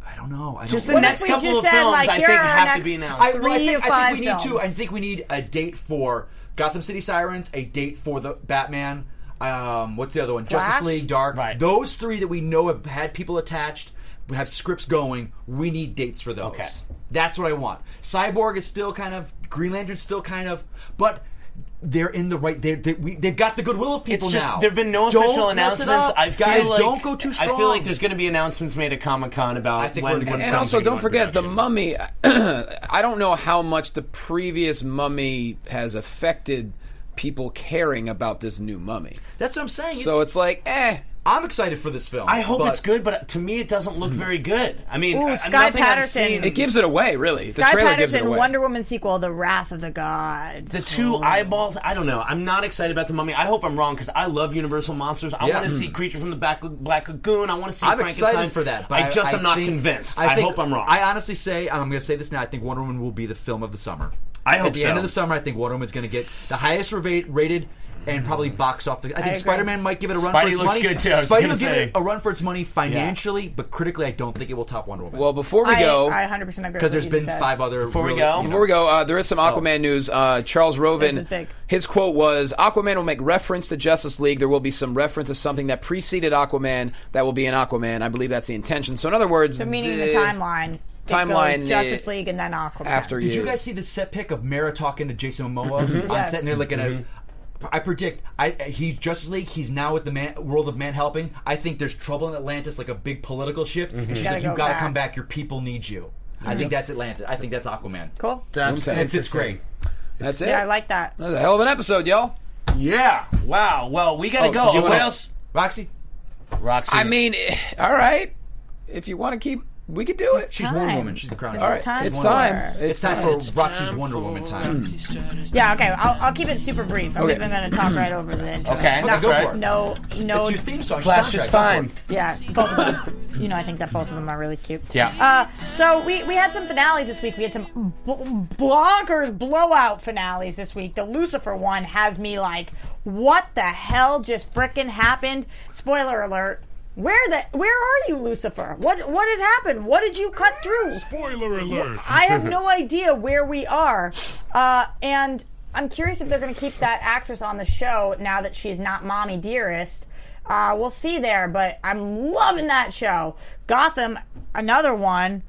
Speaker 3: I don't know. I don't
Speaker 6: Just the
Speaker 3: know.
Speaker 6: next
Speaker 4: we
Speaker 6: couple
Speaker 4: just
Speaker 6: of
Speaker 4: said,
Speaker 6: films,
Speaker 4: like,
Speaker 6: I
Speaker 4: here
Speaker 6: think
Speaker 4: are our
Speaker 6: have to
Speaker 4: next-
Speaker 6: be announced.
Speaker 3: I, well, I
Speaker 4: Three
Speaker 3: think,
Speaker 4: to
Speaker 3: I
Speaker 4: five
Speaker 3: think we need to. I
Speaker 4: films.
Speaker 3: think we need a date for Gotham City Sirens, a date for the Batman. Um, what's the other one?
Speaker 4: Flash?
Speaker 3: Justice League Dark.
Speaker 6: Right.
Speaker 3: Those three that we know have had people attached, we have scripts going. We need dates for those.
Speaker 6: Okay.
Speaker 3: That's what I want. Cyborg is still kind of Green Lantern's still kind of, but. They're in the right. They, they, we, they've got the goodwill of people
Speaker 6: It's
Speaker 3: now.
Speaker 6: just there've been no
Speaker 3: Don't
Speaker 6: official
Speaker 3: mess it
Speaker 6: announcements.
Speaker 3: up.
Speaker 6: I feel
Speaker 3: guys
Speaker 6: like,
Speaker 3: don't go too strong.
Speaker 6: I feel like there's going to be announcements made at Comic Con about
Speaker 3: I think
Speaker 6: when,
Speaker 3: we're gonna-
Speaker 6: when
Speaker 2: And
Speaker 6: films
Speaker 2: also,
Speaker 6: are gonna
Speaker 2: don't
Speaker 6: go
Speaker 2: forget the
Speaker 6: into
Speaker 2: mummy. I don't know how much the previous mummy has affected people caring about this new mummy.
Speaker 3: That's what I'm saying.
Speaker 2: So it's like, eh.
Speaker 3: I'm excited for this film.
Speaker 6: I hope
Speaker 3: but- Hmm.
Speaker 6: it's good, but to me, it doesn't look very good. I mean,
Speaker 4: Ooh,
Speaker 6: I-
Speaker 4: Sky
Speaker 6: nothing
Speaker 4: Patterson.
Speaker 6: I've seen.
Speaker 2: It gives it away, really. the
Speaker 4: Guy
Speaker 2: trailer gives it
Speaker 4: Patterson,
Speaker 2: away.
Speaker 4: Wonder Woman sequel, The Wrath of the Gods.
Speaker 6: the two eyeballs. I don't know. I'm not excited about the mummy. I hope I'm wrong because I love Universal monsters. I
Speaker 3: Yeah.
Speaker 6: want to see Creature from the Back, Black Lagoon. I want to see.
Speaker 3: I'm
Speaker 6: Frankenstein.
Speaker 3: excited for that. But
Speaker 6: I just am not
Speaker 3: think-
Speaker 6: convinced. I,
Speaker 3: think-
Speaker 6: hope I'm wrong.
Speaker 3: I honestly say I'm going to say this now. I think Wonder Woman will be the film of the summer.
Speaker 6: I hope
Speaker 3: At the
Speaker 6: so.
Speaker 3: end of the summer, I think Wonder Woman is going to get the highest reva- rated and probably box off. The, I think
Speaker 4: agree.
Speaker 3: Spider Man might give it a run
Speaker 6: Spidey
Speaker 3: for its
Speaker 6: looks
Speaker 3: money.
Speaker 6: good, too, I was
Speaker 3: Spidey
Speaker 6: gonna
Speaker 3: will give
Speaker 6: say.
Speaker 3: it a run for its money financially, but critically, I don't think it will top Wonder Woman.
Speaker 2: well, before we
Speaker 4: I,
Speaker 2: go,
Speaker 4: I 100% agree. with
Speaker 3: because
Speaker 4: what
Speaker 3: there's
Speaker 4: you
Speaker 3: been
Speaker 4: said.
Speaker 3: five other.
Speaker 6: Before we
Speaker 3: really,
Speaker 6: go?
Speaker 3: you know-
Speaker 2: Before we go, uh, there is some Aquaman news. Uh, Charles
Speaker 4: This is
Speaker 2: Roven,
Speaker 4: big.
Speaker 2: his quote was Aquaman will make reference to Justice League. There will be some reference to something that preceded Aquaman that will be in Aquaman. I believe that's the intention. So, in other words, eh,
Speaker 4: So meaning
Speaker 2: the-
Speaker 4: the timeline. It
Speaker 2: timeline,
Speaker 4: goes Justice
Speaker 2: uh,
Speaker 4: League and then Aquaman.
Speaker 2: After
Speaker 3: Did you guys see the set pic of Mara talking to Jason Momoa on
Speaker 4: Yes.
Speaker 3: set? And they're looking at. I predict. I he's Justice League. He's now with the man, world of man helping. I think there's trouble in Atlantis, like a big political shift. And she's
Speaker 4: Gotta
Speaker 3: like, "You
Speaker 4: go
Speaker 3: gotta
Speaker 4: back."
Speaker 3: come back. Your people need you." I think that's Atlantis. I think that's Aquaman.
Speaker 4: Cool.
Speaker 6: That's
Speaker 2: Okay.
Speaker 3: It fits great.
Speaker 2: That's it.
Speaker 4: Yeah, I like that.
Speaker 2: That was a hell of an episode, y'all.
Speaker 6: yeah. Wow. Well, we gotta
Speaker 2: Oh,
Speaker 6: go.
Speaker 2: did you
Speaker 6: What
Speaker 2: wanna-
Speaker 6: else?
Speaker 3: Roxy,
Speaker 6: Roxy.
Speaker 2: I mean, eh, all right. If you want to keep, we could do it.
Speaker 3: she's Wonder
Speaker 4: time.
Speaker 3: Woman. She's the crown.
Speaker 4: It's
Speaker 3: jewel.
Speaker 2: All right,
Speaker 4: time
Speaker 2: it's
Speaker 4: for-
Speaker 2: time.
Speaker 4: It's
Speaker 3: It's time for Roxy's Wonder Woman time.
Speaker 4: Yeah, okay. I'll, I'll keep it super brief. I'm
Speaker 2: Okay.
Speaker 4: even going to talk right over the intro.
Speaker 6: Okay,
Speaker 4: Not-
Speaker 6: that's
Speaker 3: go for it.
Speaker 4: No, no.
Speaker 3: It's your theme song.
Speaker 6: Flash
Speaker 3: soundtrack.
Speaker 6: is fine.
Speaker 4: Yeah, both of them. You know, I think that both of them are really cute.
Speaker 6: Yeah.
Speaker 4: Uh, so we, we had some finales this week. We had some b- bonkers blowout finales this week. The Lucifer one has me like, what the hell just frickin' happened? Spoiler alert. Where the where are you, Lucifer? What what has happened? What did you cut through?
Speaker 5: Spoiler alert.
Speaker 4: I have no idea where we are. Uh, and I'm curious if they're going to keep that actress on the show now that she's not Mommy Dearest. Uh, we'll see there, but I'm loving that show. Gotham, another one.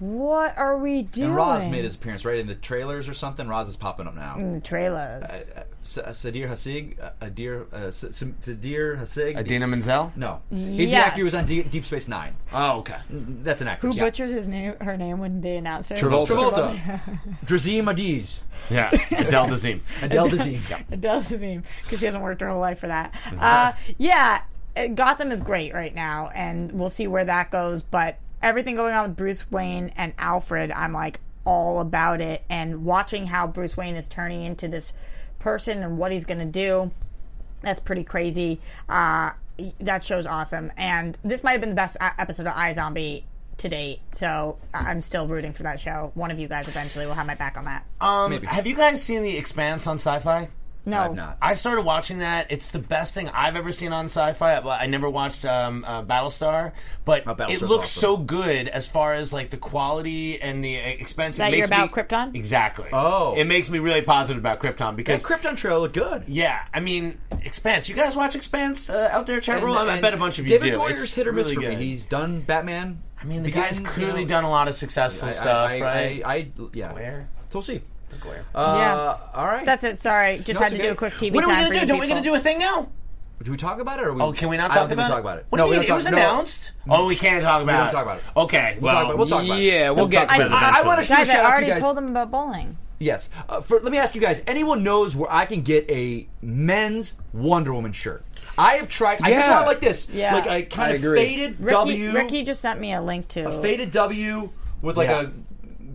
Speaker 4: What are we doing?
Speaker 3: And Roz made his appearance right in the trailers or something. Roz is popping up now.
Speaker 4: the trailers.
Speaker 3: S- uh, Sadir Hasig, uh, Adir, uh, S- S- Sadir Hasig.
Speaker 6: Adina Menzel.
Speaker 3: No, he's the
Speaker 4: Yes.
Speaker 3: actor who was on D- Deep Space Nine.
Speaker 6: Oh, okay.
Speaker 3: That's an actress.
Speaker 4: Who butchered his name, her name when they announced her?
Speaker 2: Travolta.
Speaker 3: Travolta, Drazim Adiz,
Speaker 6: Yeah. Adele Dazeem.
Speaker 3: Adele Dazim.
Speaker 4: Adele Dazeem, because she hasn't worked her whole life for that. Uh, yeah, uh, Gotham is great right now, and we'll see where that goes. But everything going on with Bruce Wayne and Alfred, I'm like all about it, and watching how Bruce Wayne is turning into this person and what he's going to do. That's pretty crazy. Uh, that show's awesome, and this might have been the best uh, episode of iZombie to date. So I- I'm still rooting for that show. One of you guys eventually will have my back on that.
Speaker 6: Um, have you guys seen The Expanse on Sci-Fi?
Speaker 4: no,
Speaker 3: I'm not.
Speaker 6: I started watching that. It's the best thing I've ever seen on sci-fi. I I never watched um, uh, Battlestar, but
Speaker 3: Oh, Battlestar's
Speaker 6: it looks
Speaker 3: awesome.
Speaker 6: so good as far as like the quality and the uh, expense.
Speaker 4: That
Speaker 6: it makes
Speaker 4: you're about
Speaker 6: me,
Speaker 4: Krypton?
Speaker 6: Exactly.
Speaker 3: Oh.
Speaker 6: it makes me really positive about Krypton because.
Speaker 3: That Krypton trailer looked good.
Speaker 6: yeah, I mean, Expanse. You guys watch Expanse uh, out there, chat
Speaker 3: And-
Speaker 6: room? I, I
Speaker 3: and
Speaker 6: bet a bunch of you
Speaker 3: David
Speaker 6: do.
Speaker 3: Goyer's
Speaker 6: It's
Speaker 3: hit or miss
Speaker 6: really
Speaker 3: for me.
Speaker 6: good.
Speaker 3: He's done Batman.
Speaker 6: I mean, the guy's
Speaker 3: Begins,
Speaker 6: clearly
Speaker 3: you know,
Speaker 6: done a lot of successful
Speaker 3: I-
Speaker 6: stuff,
Speaker 3: I, I,
Speaker 6: right?
Speaker 3: I, I, yeah.
Speaker 6: Where?
Speaker 3: So we'll see.
Speaker 6: Glare.
Speaker 3: Uh,
Speaker 4: Yeah.
Speaker 3: All right.
Speaker 4: That's it. Sorry, just
Speaker 3: No,
Speaker 4: had
Speaker 3: it's
Speaker 4: to
Speaker 3: okay.
Speaker 4: do a quick TV.
Speaker 6: what are we
Speaker 4: time
Speaker 6: gonna
Speaker 4: for
Speaker 6: do?
Speaker 4: you
Speaker 6: Don't we gonna
Speaker 4: people.
Speaker 6: do a thing now?
Speaker 3: Do we talk about it? Or we,
Speaker 6: Oh, can we not
Speaker 3: I don't
Speaker 6: talk
Speaker 3: think
Speaker 6: about,
Speaker 3: we
Speaker 6: it?
Speaker 3: talk about it?
Speaker 6: What
Speaker 3: no,
Speaker 6: do
Speaker 3: we
Speaker 6: you
Speaker 3: don't
Speaker 6: mean?
Speaker 3: talk,
Speaker 6: it was
Speaker 3: no,
Speaker 6: announced. Oh, we can't talk about
Speaker 3: don't
Speaker 6: it.
Speaker 3: talk about it.
Speaker 6: Okay,
Speaker 3: We'll talk
Speaker 6: well,
Speaker 3: about it. We'll talk about it.
Speaker 2: Yeah, we'll get
Speaker 6: talk
Speaker 2: to
Speaker 6: about
Speaker 2: that.
Speaker 6: it.
Speaker 3: I- I want to
Speaker 4: Guys,
Speaker 3: shout
Speaker 4: I
Speaker 3: out to you
Speaker 4: already
Speaker 3: guys.
Speaker 4: told them about bowling.
Speaker 3: Yes. Uh, for, let me ask you guys: Anyone knows where I can get a men's Wonder Woman shirt? I have tried. I just
Speaker 2: Yeah.
Speaker 3: want it like this,
Speaker 4: Yeah.
Speaker 3: like a kind
Speaker 2: I
Speaker 3: of
Speaker 2: agree.
Speaker 3: faded
Speaker 4: Ricky,
Speaker 3: W,
Speaker 4: Ricky just sent me a link to.
Speaker 3: faded W with like
Speaker 6: Yeah.
Speaker 3: a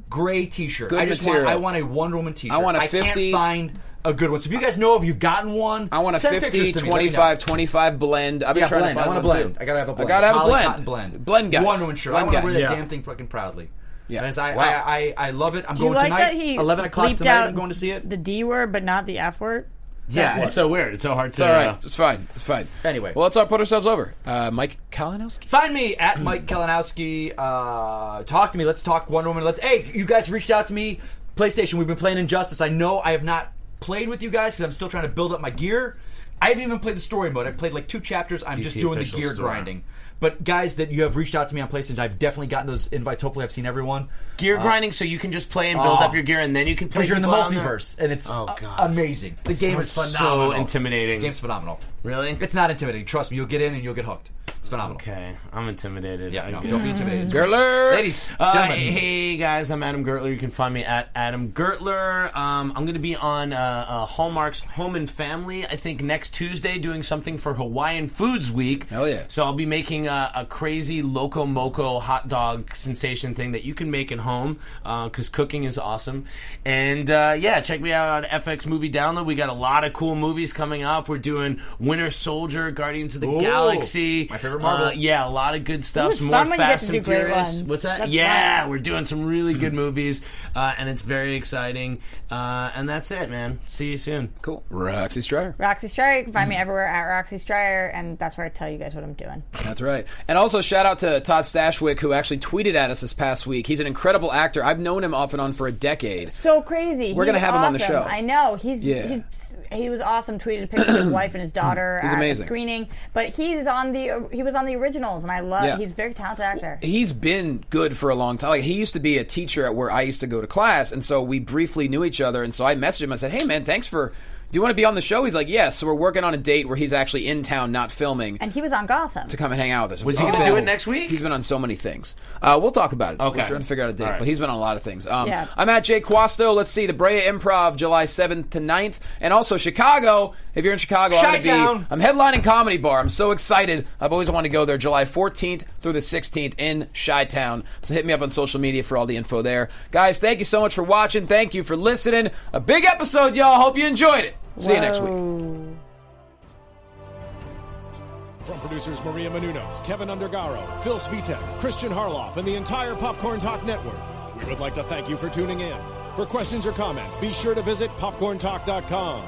Speaker 3: gray T-shirt.
Speaker 2: Good
Speaker 3: I just
Speaker 2: material.
Speaker 3: want. I want a Wonder Woman T-shirt.
Speaker 2: I want a
Speaker 3: I
Speaker 2: 50
Speaker 3: can't find a good one. So if you guys know if you've gotten one,
Speaker 2: I want a
Speaker 3: send
Speaker 2: 50,
Speaker 3: pictures to me, let me know.
Speaker 2: 25, 25 blend. I've been
Speaker 3: Yeah,
Speaker 2: trying
Speaker 3: blend.
Speaker 2: to
Speaker 3: I
Speaker 2: find
Speaker 3: want a
Speaker 2: one,
Speaker 3: blend.
Speaker 2: too.
Speaker 3: I gotta have a blend.
Speaker 2: I gotta have
Speaker 3: Holly
Speaker 2: a
Speaker 3: Cotton
Speaker 2: blend.
Speaker 3: blend.
Speaker 2: Blend guys.
Speaker 3: Wonder Woman shirt. I
Speaker 2: Blend
Speaker 3: want to wear
Speaker 2: guys.
Speaker 3: that
Speaker 6: Yeah.
Speaker 3: damn thing fucking proudly.
Speaker 2: Yeah.
Speaker 3: Guys, I,
Speaker 6: Wow.
Speaker 3: I, I I love it. I'm
Speaker 4: Do you
Speaker 3: going
Speaker 4: like
Speaker 3: tonight.
Speaker 4: that he
Speaker 3: Eleven o'clock
Speaker 4: bleeped
Speaker 3: tonight.
Speaker 4: out
Speaker 3: I'm going to see it.
Speaker 4: The D word, but not the F word.
Speaker 6: Yeah, it's so weird. It's so hard to.
Speaker 2: All right,
Speaker 6: uh,
Speaker 2: it's fine. It's fine.
Speaker 3: Anyway.
Speaker 2: well, let's all put ourselves over. Uh, Mike Kalinowski.
Speaker 3: Find me at Mike Kalinowski. Uh, talk to me. Let's talk Wonder Woman. Let's. Hey, you guys reached out to me. PlayStation. We've been playing Injustice. I know I have not played with you guys because I'm still trying to build up my gear. I haven't even played the story mode. I've played like two chapters. I'm just doing the
Speaker 6: officials
Speaker 3: gear
Speaker 6: around.
Speaker 3: grinding. But guys that you have reached out to me on PlayStation, I've definitely gotten those invites. Hopefully, I've seen everyone.
Speaker 6: gear grinding, so you can just play and build
Speaker 3: Oh.
Speaker 6: up your gear, and then you can play.
Speaker 3: Uh, because you're in the
Speaker 6: people on there?
Speaker 3: multiverse, and it's
Speaker 6: Oh,
Speaker 3: a-
Speaker 6: God.
Speaker 3: amazing. The game is
Speaker 6: sounds so
Speaker 3: phenomenal.
Speaker 6: intimidating.
Speaker 3: The game's phenomenal.
Speaker 6: Really?
Speaker 3: It's not intimidating. Trust me. You'll get in and you'll get hooked. It's phenomenal.
Speaker 6: Okay, I'm intimidated.
Speaker 3: Yeah,
Speaker 6: I
Speaker 3: no,
Speaker 6: get
Speaker 3: don't
Speaker 6: it.
Speaker 3: be intimidated.
Speaker 2: Gerler.
Speaker 3: Ladies,
Speaker 6: Uh,
Speaker 3: gentlemen.
Speaker 6: hey guys, I'm Adam Gertler. You can find me at Adam Gertler. Um, I'm going to be on uh, uh, Hallmark's Home and Family. I think next Tuesday, doing something for Hawaiian Foods Week.
Speaker 2: Hell yeah.
Speaker 6: So I'll be making a, a crazy loco moco hot dog sensation thing that you can make at home because cooking is awesome. And uh, yeah, check me out on FX Movie Download. We got a lot of cool movies coming up. We're doing Winter Soldier, Guardians of the
Speaker 3: Ooh,
Speaker 6: Galaxy.
Speaker 3: my favorite Marvel.
Speaker 6: Uh, yeah, a lot of good stuff.
Speaker 4: Ooh, it's
Speaker 6: Some
Speaker 4: fun
Speaker 6: more
Speaker 4: when you get
Speaker 6: Fast
Speaker 4: to do
Speaker 6: and
Speaker 4: great
Speaker 6: Furious.
Speaker 4: ones.
Speaker 6: What's that?
Speaker 4: That's
Speaker 6: yeah,
Speaker 4: fun.
Speaker 6: we're doing some really good movies, uh, and it's very exciting. Uh, and that's it, man. See you soon.
Speaker 2: Cool. Roxy Stryer.
Speaker 4: Roxy Stryer. You can find me everywhere at Roxy Stryer, and that's where I tell you guys what I'm doing.
Speaker 2: That's right. And also shout out to Todd Stashwick who actually tweeted at us this past week. He's an incredible actor. I've known him off and on for a decade.
Speaker 4: So crazy.
Speaker 2: We're
Speaker 4: He's
Speaker 2: gonna have him on the
Speaker 4: awesome.
Speaker 2: show.
Speaker 4: I know. He's,
Speaker 2: Yeah.
Speaker 4: he's he was awesome. Tweeted a picture of his wife and his daughter
Speaker 2: He's
Speaker 4: at
Speaker 2: amazing.
Speaker 4: a screening. But he's on the he was on the originals, and I love.
Speaker 2: Yeah.
Speaker 4: He's a very talented actor.
Speaker 2: he's been good for a long time. Like he used to be a teacher at where I used to go to class, and so we briefly knew each other. And so I messaged him. I said, "Hey, man, thanks for. Do you want to be on the show?" He's like, "Yes." So we're working on a date where he's actually in town, not filming,
Speaker 4: and he was on Gotham.
Speaker 2: to come and hang out with us.
Speaker 6: Was he
Speaker 2: He's
Speaker 6: gonna
Speaker 2: been-
Speaker 6: do it next week?
Speaker 2: He's been on so many things. Uh, we'll talk about it.
Speaker 6: Okay.
Speaker 2: we're trying to figure out a date,
Speaker 6: All right.
Speaker 2: but he's been on a lot of things. Um,
Speaker 4: Yeah.
Speaker 2: I'm at Jay Quasto. Let's see the Brea Improv, July 7th to 9th, and also Chicago. If you're in Chicago, I'm going to
Speaker 3: Chi-town.
Speaker 2: be. I'm headlining Comedy Bar. I'm so excited. I've always wanted to go there. July 14th through the 16th in Chi Town. So hit me up on social media for all the info there, guys. Thank you so much for watching. Thank you for listening. A big episode, y'all. Hope you enjoyed it. See you next week.
Speaker 4: Oh.
Speaker 5: From producers Maria Menunos, Kevin Undergaro, Phil Svitek, Christian Harloff, and the entire Popcorn Talk Network, we would like to thank you for tuning in. For questions or comments, be sure to visit popcorntalk.com.